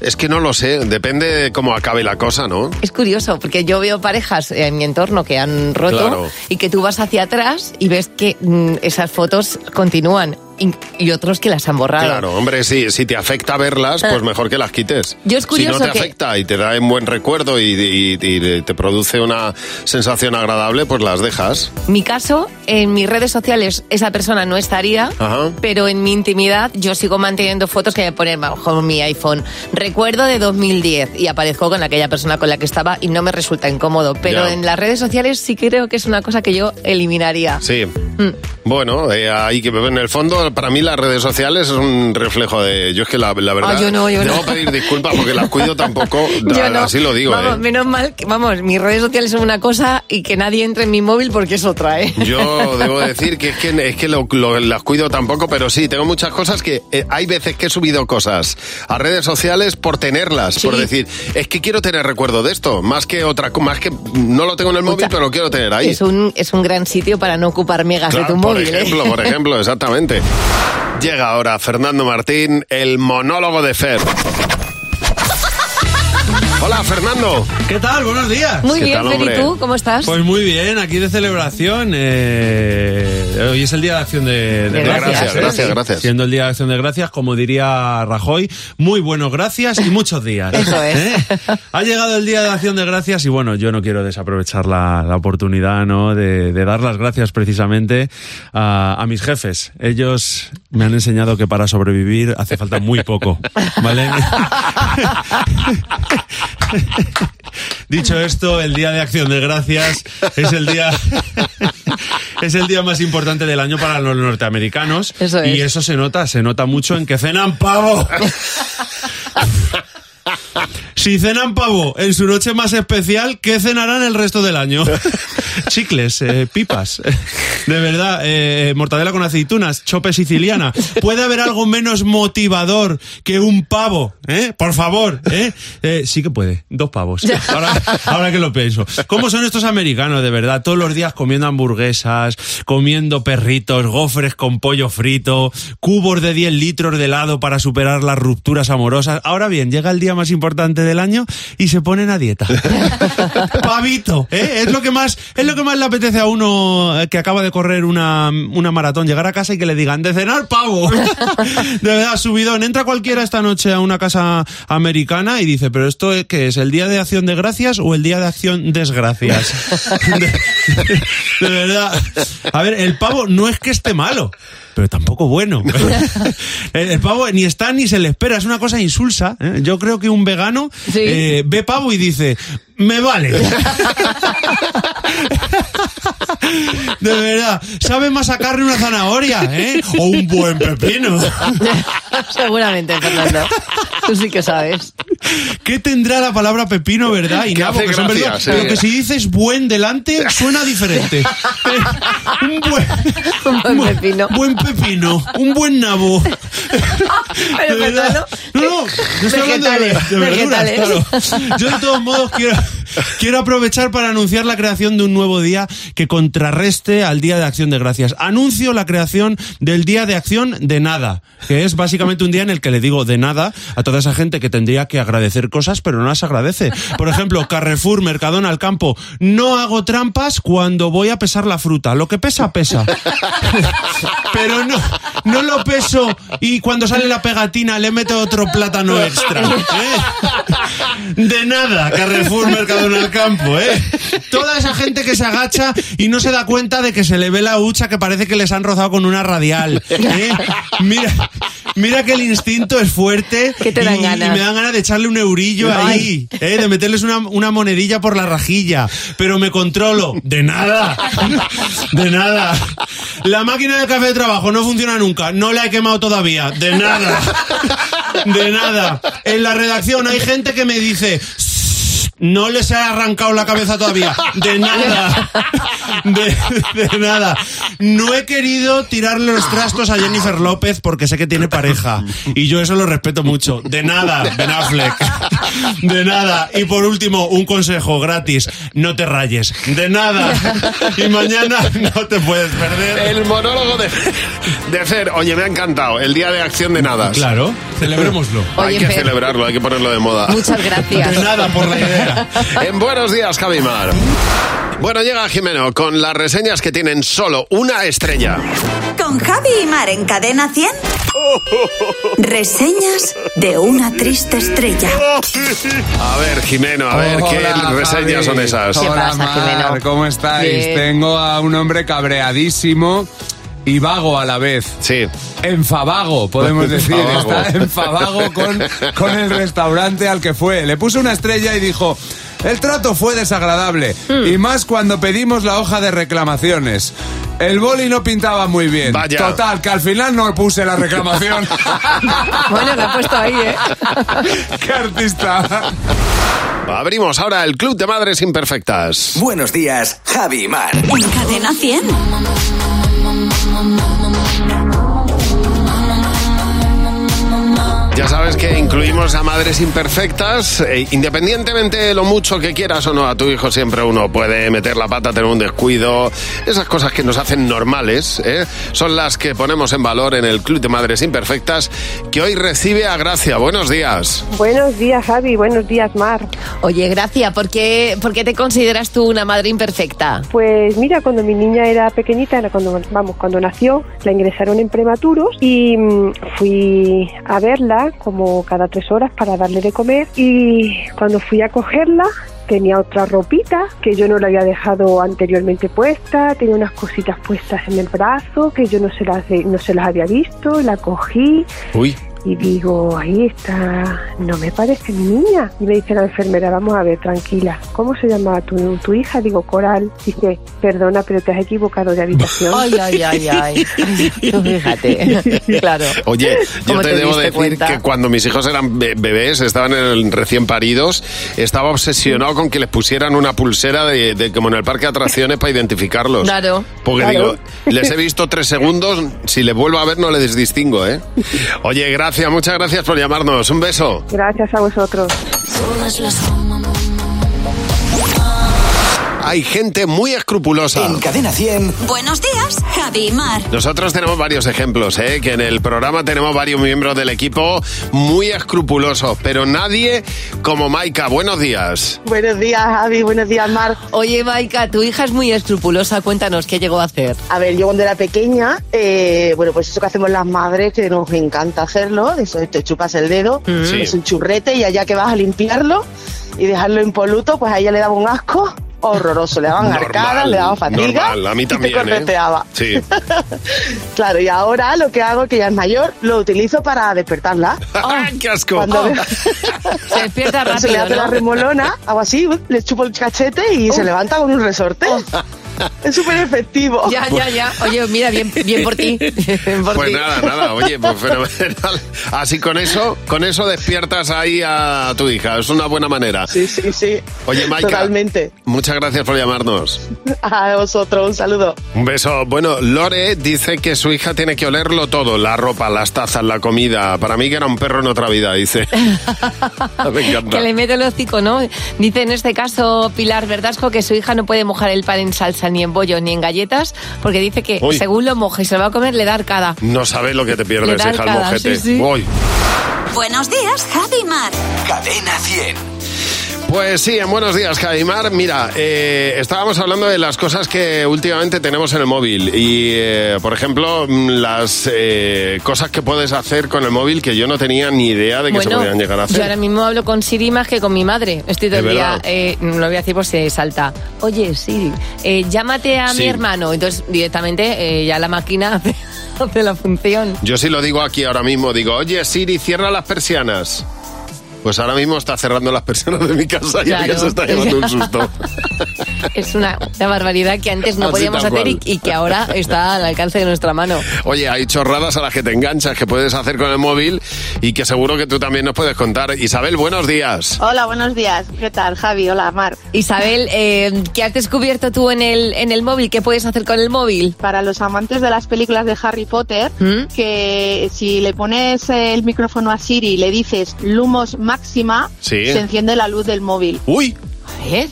[SPEAKER 3] es que no lo sé, depende de cómo acabe la cosa, ¿no?
[SPEAKER 4] Es curioso, porque yo veo parejas en mi entorno que han roto
[SPEAKER 3] Claro.
[SPEAKER 4] y que tú vas hacia atrás y ves que mm, esas fotos continúan y, y otros que las han borrado.
[SPEAKER 3] Claro, hombre, sí, si te afecta verlas,
[SPEAKER 4] Ah.
[SPEAKER 3] pues mejor que las quites.
[SPEAKER 4] Yo es curioso
[SPEAKER 3] si no te
[SPEAKER 4] que-
[SPEAKER 3] afecta y te da un buen recuerdo y, y- y te produce una sensación agradable, pues las dejas.
[SPEAKER 4] Mi caso, en mis redes sociales esa persona no estaría,
[SPEAKER 3] Ajá.
[SPEAKER 4] pero en mi intimidad yo sigo manteniendo fotos que me ponen bajo mi iPhone. Recuerdo de 2010 y aparezco con aquella persona con la que estaba y no me resulta incómodo, pero
[SPEAKER 3] Ya.
[SPEAKER 4] en las redes sociales sí creo que es una cosa que yo eliminaría.
[SPEAKER 3] Sí.
[SPEAKER 4] Mm.
[SPEAKER 3] Bueno, eh, ahí que en el fondo para mí las redes sociales es un reflejo de yo es que la, la verdad
[SPEAKER 4] Ah, yo no, yo no.
[SPEAKER 3] debo pedir disculpas porque las cuido tampoco,
[SPEAKER 4] Yo no.
[SPEAKER 3] así lo digo.
[SPEAKER 4] Vamos,
[SPEAKER 3] eh.
[SPEAKER 4] menos mal que, vamos, mis redes sociales son una cosa y que nadie entre en mi móvil porque es otra, ¿eh?
[SPEAKER 3] Yo debo decir que es que, es que lo- lo- las cuido tampoco, pero sí, tengo muchas cosas que eh, hay veces que he subido cosas a redes sociales por tenerlas, por decir, es que quiero tener recuerdo de esto, más que otra co- más que no lo tengo en el móvil, pero lo quiero tener ahí.
[SPEAKER 4] Es un, es un gran sitio para no ocupar megas
[SPEAKER 3] Claro,
[SPEAKER 4] de tu
[SPEAKER 3] por
[SPEAKER 4] móvil, ¿eh?
[SPEAKER 3] ejemplo, por ejemplo, exactamente. Llega ahora Fernando Martín, el monólogo de Fer. Hola, Fernando.
[SPEAKER 15] ¿Qué tal? Buenos días.
[SPEAKER 4] Muy bien, Fer, ¿y tú? ¿Cómo estás?
[SPEAKER 15] Pues muy bien, aquí de celebración. eh, hoy es el Día de Acción de, de
[SPEAKER 3] De gracias,
[SPEAKER 15] ¿eh?
[SPEAKER 3] gracias, gracias.
[SPEAKER 15] Siendo el Día de Acción de Gracias, como diría Rajoy, muy buenos gracias y muchos días.
[SPEAKER 4] Eso es.
[SPEAKER 15] ¿Eh? Ha llegado el Día de Acción de Gracias y bueno, yo no quiero desaprovechar la, la oportunidad ¿no? de, de dar las gracias precisamente a, a mis jefes. Ellos me han enseñado que para sobrevivir hace falta muy poco, ¿vale? Dicho esto, el Día de Acción de Gracias es el día es el día más importante del año para los norteamericanos
[SPEAKER 4] Eso es.
[SPEAKER 15] y eso se nota, se nota mucho en que cenan pavo. Si cenan pavo en su noche más especial, ¿qué cenarán el resto del año? Chicles, eh, pipas. De verdad, eh, mortadela con aceitunas, chope siciliana. ¿Puede haber algo menos motivador que un pavo? ¿eh? Por favor. ¿eh? Eh, sí que puede, dos pavos. Ahora, ahora que lo pienso. ¿Cómo son estos americanos, de verdad? Todos los días comiendo hamburguesas, comiendo perritos, gofres con pollo frito, cubos de 10 litros de helado para superar las rupturas amorosas. Ahora bien, llega el día más importante del año y se ponen a dieta. Pavito, ¿eh? es lo que más es lo que más le apetece a uno eh, que acaba de correr una, una maratón, llegar a casa y que le digan de cenar pavo. de verdad, subidón. Entra cualquiera esta noche a una casa americana y dice, pero esto es- qué es el día de acción de gracias o el día de acción desgracias. de, de verdad. A ver, el pavo no es que esté malo. Pero tampoco bueno. El, el pavo ni está ni se le espera, es una cosa insulsa. ¿eh? Yo creo que un vegano eh, ve pavo y dice, me vale. De verdad, sabe más a carne una zanahoria, ¿eh? O un buen pepino.
[SPEAKER 4] Seguramente, Fernando. Tú sí que sabes.
[SPEAKER 15] ¿Qué tendrá la palabra pepino, verdad?
[SPEAKER 4] Que hace
[SPEAKER 15] porque son
[SPEAKER 4] gracia,
[SPEAKER 15] verduras.
[SPEAKER 4] sí.
[SPEAKER 15] Pero que si dices buen delante, suena diferente. un buen, buen pepino. Buen pepino, un buen nabo.
[SPEAKER 4] Pero
[SPEAKER 15] De verdad. No, no, yo estoy hablando de,
[SPEAKER 4] Vegetales,
[SPEAKER 15] de verduras,
[SPEAKER 4] vegetales.
[SPEAKER 15] claro. Yo de todos modos quiero, quiero aprovechar para anunciar la creación de un nuevo día que contrarreste al Día de Acción de Gracias. Anuncio la creación del Día de Acción de Nada, que es básicamente un día en el que le digo de nada a toda esa gente que tendría que agradecer cosas, pero no las agradece. Por ejemplo, Carrefour, Mercadona, al campo. No hago trampas cuando voy a pesar la fruta. Lo que pesa, pesa. Pero no, no lo peso y cuando sale la pegatina le meto otro plátano extra. ¿eh? De nada, Carrefour Mercadona al campo, ¿eh? Toda esa gente que se agacha y no se da cuenta de que se le ve la hucha que parece que les han rozado con una radial. ¿eh? Mira, mira que el instinto es fuerte
[SPEAKER 4] te dan
[SPEAKER 15] y, y
[SPEAKER 4] ganas?
[SPEAKER 15] me dan ganas de echarle un eurillo
[SPEAKER 4] Ay.
[SPEAKER 15] ahí, ¿eh? de meterles una, una monedilla por la rajilla, pero me controlo. De nada. De nada. La máquina de café de trabajo no funciona nunca. No la he quemado todavía. De nada. De nada. En la redacción hay gente que me dice. "Shh, No les he arrancado la cabeza todavía. De nada. De, de nada. No he querido tirarle los trastos a Jennifer López porque sé que tiene pareja. Y yo eso lo respeto mucho. De nada, Ben Affleck. De nada. Y por último, un consejo gratis. No te rayes. De nada. Y mañana no te puedes perder.
[SPEAKER 3] El monólogo de, de Fer. Oye, me ha encantado. El día de acción de nada.
[SPEAKER 15] Claro, celebrémoslo.
[SPEAKER 3] hay
[SPEAKER 4] Oye,
[SPEAKER 3] que
[SPEAKER 4] Fer.
[SPEAKER 3] celebrarlo, hay que ponerlo de moda.
[SPEAKER 4] Muchas gracias.
[SPEAKER 15] De nada por la idea.
[SPEAKER 3] En Buenos Días, Javimar. Bueno, llega Jimeno con las reseñas que tienen solo una estrella.
[SPEAKER 1] Con Javi y Mar en Cadena 100. Reseñas de una triste estrella.
[SPEAKER 3] A ver, Jimeno, a ver,
[SPEAKER 21] Hola,
[SPEAKER 3] ¿qué
[SPEAKER 21] Javi.
[SPEAKER 3] reseñas son esas?
[SPEAKER 21] Hola, Mar, ¿cómo estáis?
[SPEAKER 3] Bien.
[SPEAKER 21] Tengo a un hombre cabreadísimo y vago a la vez.
[SPEAKER 3] Sí.
[SPEAKER 21] Enfavago, podemos decir.
[SPEAKER 3] Enfavago.
[SPEAKER 21] Está enfavago con, con el restaurante al que fue. Le puse una estrella y dijo... El trato fue desagradable,
[SPEAKER 4] Hmm.
[SPEAKER 21] y más cuando pedimos la hoja de reclamaciones. El boli no pintaba muy bien. Total, que al final no puse la reclamación.
[SPEAKER 4] Bueno, la he puesto ahí, ¿eh?
[SPEAKER 21] ¡Qué artista!
[SPEAKER 3] Abrimos ahora el Club de Madres Imperfectas.
[SPEAKER 2] Buenos días, Javi y Mar.
[SPEAKER 1] En Cadena 100.
[SPEAKER 3] Ya sabes que incluimos a madres imperfectas. e independientemente de lo mucho que quieras o no, a tu hijo siempre uno puede meter la pata, tener un descuido. Esas cosas que nos hacen normales ¿eh? son las que ponemos en valor en el Club de Madres Imperfectas, que hoy recibe a Gracia. Buenos días.
[SPEAKER 4] Buenos días, Javi. Buenos días, Mar. Oye, Gracia, ¿por qué, por qué te consideras tú una madre imperfecta?
[SPEAKER 11] Pues mira, cuando mi niña era pequeñita, era cuando vamos, cuando nació, la ingresaron en prematuros y mm, fui a verla como cada tres horas para darle de comer y cuando fui a cogerla tenía otra ropita que yo no la había dejado anteriormente puesta, tenía unas cositas puestas en el brazo que yo no se las, de- no se las había visto, la cogí,
[SPEAKER 3] Uy.
[SPEAKER 11] Y digo, ahí está, no me parece mi niña. Y me dice la enfermera, vamos a ver, tranquila, ¿cómo se llamaba tu, tu hija? Digo, Coral. Dice, perdona, pero te has equivocado de habitación.
[SPEAKER 4] Ay, ay, ay, ay. Tú fíjate. Claro.
[SPEAKER 3] Oye, yo
[SPEAKER 4] ¿Cómo
[SPEAKER 3] te,
[SPEAKER 4] te
[SPEAKER 3] debo
[SPEAKER 4] diste
[SPEAKER 3] decir
[SPEAKER 4] cuenta?
[SPEAKER 3] que cuando mis hijos eran be- bebés, estaban en el- recién paridos, estaba obsesionado con que les pusieran una pulsera de, de- como en el parque de atracciones para identificarlos.
[SPEAKER 4] Claro.
[SPEAKER 3] Pues, Porque
[SPEAKER 4] Claro.
[SPEAKER 3] digo, les he visto tres segundos, si les vuelvo a ver no les distingo, ¿eh? Oye, gracias, muchas gracias por llamarnos. Un beso.
[SPEAKER 11] Gracias a vosotros.
[SPEAKER 3] Hay gente muy escrupulosa. En cadena 100.
[SPEAKER 1] Buenos días, Javi y Mar.
[SPEAKER 3] Nosotros tenemos varios ejemplos, ¿eh? que en el programa tenemos varios miembros del equipo muy escrupulosos, pero nadie como Maika. Buenos días.
[SPEAKER 4] Buenos días, Javi. Buenos días, Mar. Oye, Maika, tu hija es muy escrupulosa. Cuéntanos, ¿qué llegó a hacer?
[SPEAKER 13] A ver, yo cuando era pequeña, eh, bueno, pues eso que hacemos las madres, que nos encanta hacerlo, de eso te chupas el dedo,
[SPEAKER 14] Mm. Sí.
[SPEAKER 13] es un churrete y allá que vas a limpiarlo y dejarlo impoluto, pues a ella le daba un asco horroroso, le daban
[SPEAKER 3] Normal,
[SPEAKER 13] arcadas, le daban fatiga.
[SPEAKER 3] Normal, a mí
[SPEAKER 13] Y te
[SPEAKER 3] también. ¿eh?
[SPEAKER 13] correteaba.
[SPEAKER 3] Sí.
[SPEAKER 13] Claro, y ahora lo que hago, que ya es mayor, lo utilizo para despertarla.
[SPEAKER 3] ¡Qué asco!
[SPEAKER 13] se
[SPEAKER 4] Ah, despierta
[SPEAKER 13] Se le
[SPEAKER 4] rápido,
[SPEAKER 13] hace
[SPEAKER 4] ¿no?
[SPEAKER 13] la remolona, hago así, uh, le chupo el cachete y se levanta con un resorte. Es súper efectivo.
[SPEAKER 4] Ya, ya, ya. Oye, mira, bien, bien por ti. Bien por
[SPEAKER 3] Pues
[SPEAKER 4] ti.
[SPEAKER 3] nada, nada, oye, pues fenomenal. Así con eso, con eso despiertas ahí a tu hija, es una buena manera. Sí,
[SPEAKER 13] sí, sí.
[SPEAKER 3] Oye, Maika.
[SPEAKER 13] Totalmente.
[SPEAKER 3] Muchas gracias por llamarnos.
[SPEAKER 13] A vosotros, un saludo.
[SPEAKER 3] Un beso. Bueno, Lore dice que su hija tiene que olerlo todo, la ropa, las tazas, la comida. Para mí que era un perro en otra vida, dice. Me encanta.
[SPEAKER 4] Que le mete el hocico, ¿no? Dice en este caso Pilar Verdasco que su hija no puede mojar el pan en salsa, ni en bollo, ni en galletas, porque dice que
[SPEAKER 3] Uy.
[SPEAKER 4] según lo moje y se lo va a comer, le da arcada.
[SPEAKER 3] No sabes lo que te
[SPEAKER 4] Le
[SPEAKER 3] pierdes,
[SPEAKER 4] da
[SPEAKER 3] hija, el
[SPEAKER 4] arcada,
[SPEAKER 3] mojete.
[SPEAKER 4] sí, sí.
[SPEAKER 3] Uy.
[SPEAKER 1] Buenos días, Javi y Mar. Cadena 100.
[SPEAKER 3] Pues sí, en buenos días, Jaimar. Mira, eh, estábamos hablando de las cosas que últimamente tenemos en el móvil. Y, eh, por ejemplo, mm, las eh, cosas que puedes hacer con el móvil que yo no tenía ni idea de que se podían llegar a hacer.
[SPEAKER 4] yo ahora mismo hablo con Siri más que con mi madre. Estoy todo
[SPEAKER 3] Es
[SPEAKER 4] el día,
[SPEAKER 3] verdad.
[SPEAKER 4] eh, no lo voy a decir por si salta. Oye, Siri, eh, llámate a
[SPEAKER 3] Sí.
[SPEAKER 4] mi hermano. Entonces, directamente, eh, ya la máquina hace, hace la función.
[SPEAKER 3] Yo sí lo digo aquí ahora mismo, digo, oye Siri, cierra las persianas. Pues ahora mismo está cerrando las persianas de mi casa y
[SPEAKER 4] Claro.
[SPEAKER 3] alguien se está llevando un susto.
[SPEAKER 4] Es una, una barbaridad que antes no
[SPEAKER 3] Así
[SPEAKER 4] podíamos
[SPEAKER 3] tal
[SPEAKER 4] hacer y,
[SPEAKER 3] cual.
[SPEAKER 4] y que ahora está al alcance de nuestra mano.
[SPEAKER 3] Oye, hay chorradas a las que te enganchas que puedes hacer con el móvil y que seguro que tú también nos puedes contar. Isabel, buenos días.
[SPEAKER 18] Hola, buenos días. ¿Qué tal, Javi? Hola, Mar.
[SPEAKER 4] Isabel, eh, ¿qué has descubierto tú en el, en el móvil? ¿Qué puedes hacer con el móvil? ¿Mm?
[SPEAKER 18] Para los amantes de las películas de Harry Potter, que si le pones el micrófono a Siri y le dices lumos máxima,
[SPEAKER 3] Sí.
[SPEAKER 18] se enciende la luz del móvil.
[SPEAKER 3] Uy,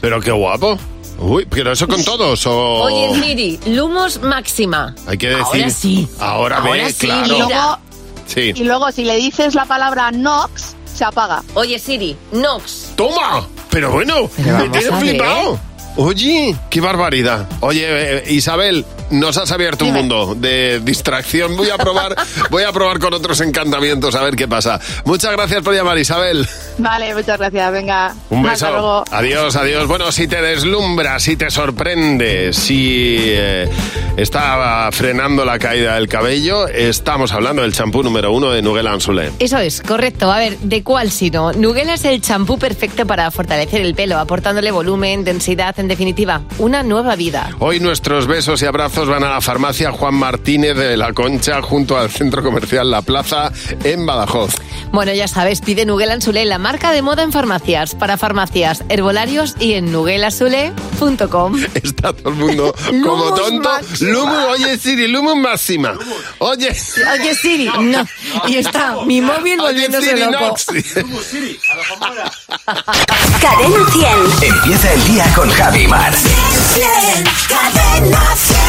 [SPEAKER 3] pero qué guapo. Uy, pero eso con todos o...
[SPEAKER 4] Oye, Siri, lumos máxima.
[SPEAKER 3] hay que decir...
[SPEAKER 18] ahora sí.
[SPEAKER 3] Ahora,
[SPEAKER 18] Ahora
[SPEAKER 3] ve,
[SPEAKER 18] sí,
[SPEAKER 3] claro.
[SPEAKER 18] y luego-
[SPEAKER 3] Sí.
[SPEAKER 18] Y luego, si le dices la palabra Nox, se apaga.
[SPEAKER 4] Oye, Siri, Nox.
[SPEAKER 3] ¡Toma! Pero bueno, me
[SPEAKER 18] vamos
[SPEAKER 3] tienes
[SPEAKER 18] a ver.
[SPEAKER 3] flipado. Oye, qué barbaridad. Oye, eh, Isabel, nos has abierto un mundo de distracción. Voy a probar, voy a probar con otros encantamientos a ver qué pasa. Muchas gracias por llamar, Isabel.
[SPEAKER 18] Vale, muchas gracias. Venga.
[SPEAKER 3] Un
[SPEAKER 18] hasta
[SPEAKER 3] beso.
[SPEAKER 18] luego.
[SPEAKER 3] Adiós, adiós. Bueno, si te deslumbra, si te sorprende, si eh, está frenando la caída del cabello, estamos hablando del champú número uno de Nougat Anzulé.
[SPEAKER 4] Eso es, correcto. A ver, ¿de cuál sino? Nugela es el champú perfecto para fortalecer el pelo, aportándole volumen, densidad, en definitiva, una nueva vida.
[SPEAKER 3] Hoy nuestros besos y abrazos van a la farmacia Juan Martínez de la Concha junto al centro comercial La Plaza en Badajoz.
[SPEAKER 4] Bueno, ya sabes, pide Nugel Anzulé, la marca de moda en farmacias, para farmacias, herbolarios y en nuguelanzulé.com.
[SPEAKER 3] Está todo el mundo como
[SPEAKER 4] Lumos
[SPEAKER 3] tonto.
[SPEAKER 4] máxima.
[SPEAKER 3] Lumu, oye Siri, Lumu máxima. Oye.
[SPEAKER 4] Oye Siri, no. Y está mi móvil volviéndose
[SPEAKER 3] Siri,
[SPEAKER 4] loco.
[SPEAKER 3] Nox.
[SPEAKER 2] Empieza el día con Javi Mar.
[SPEAKER 1] Cadena 100.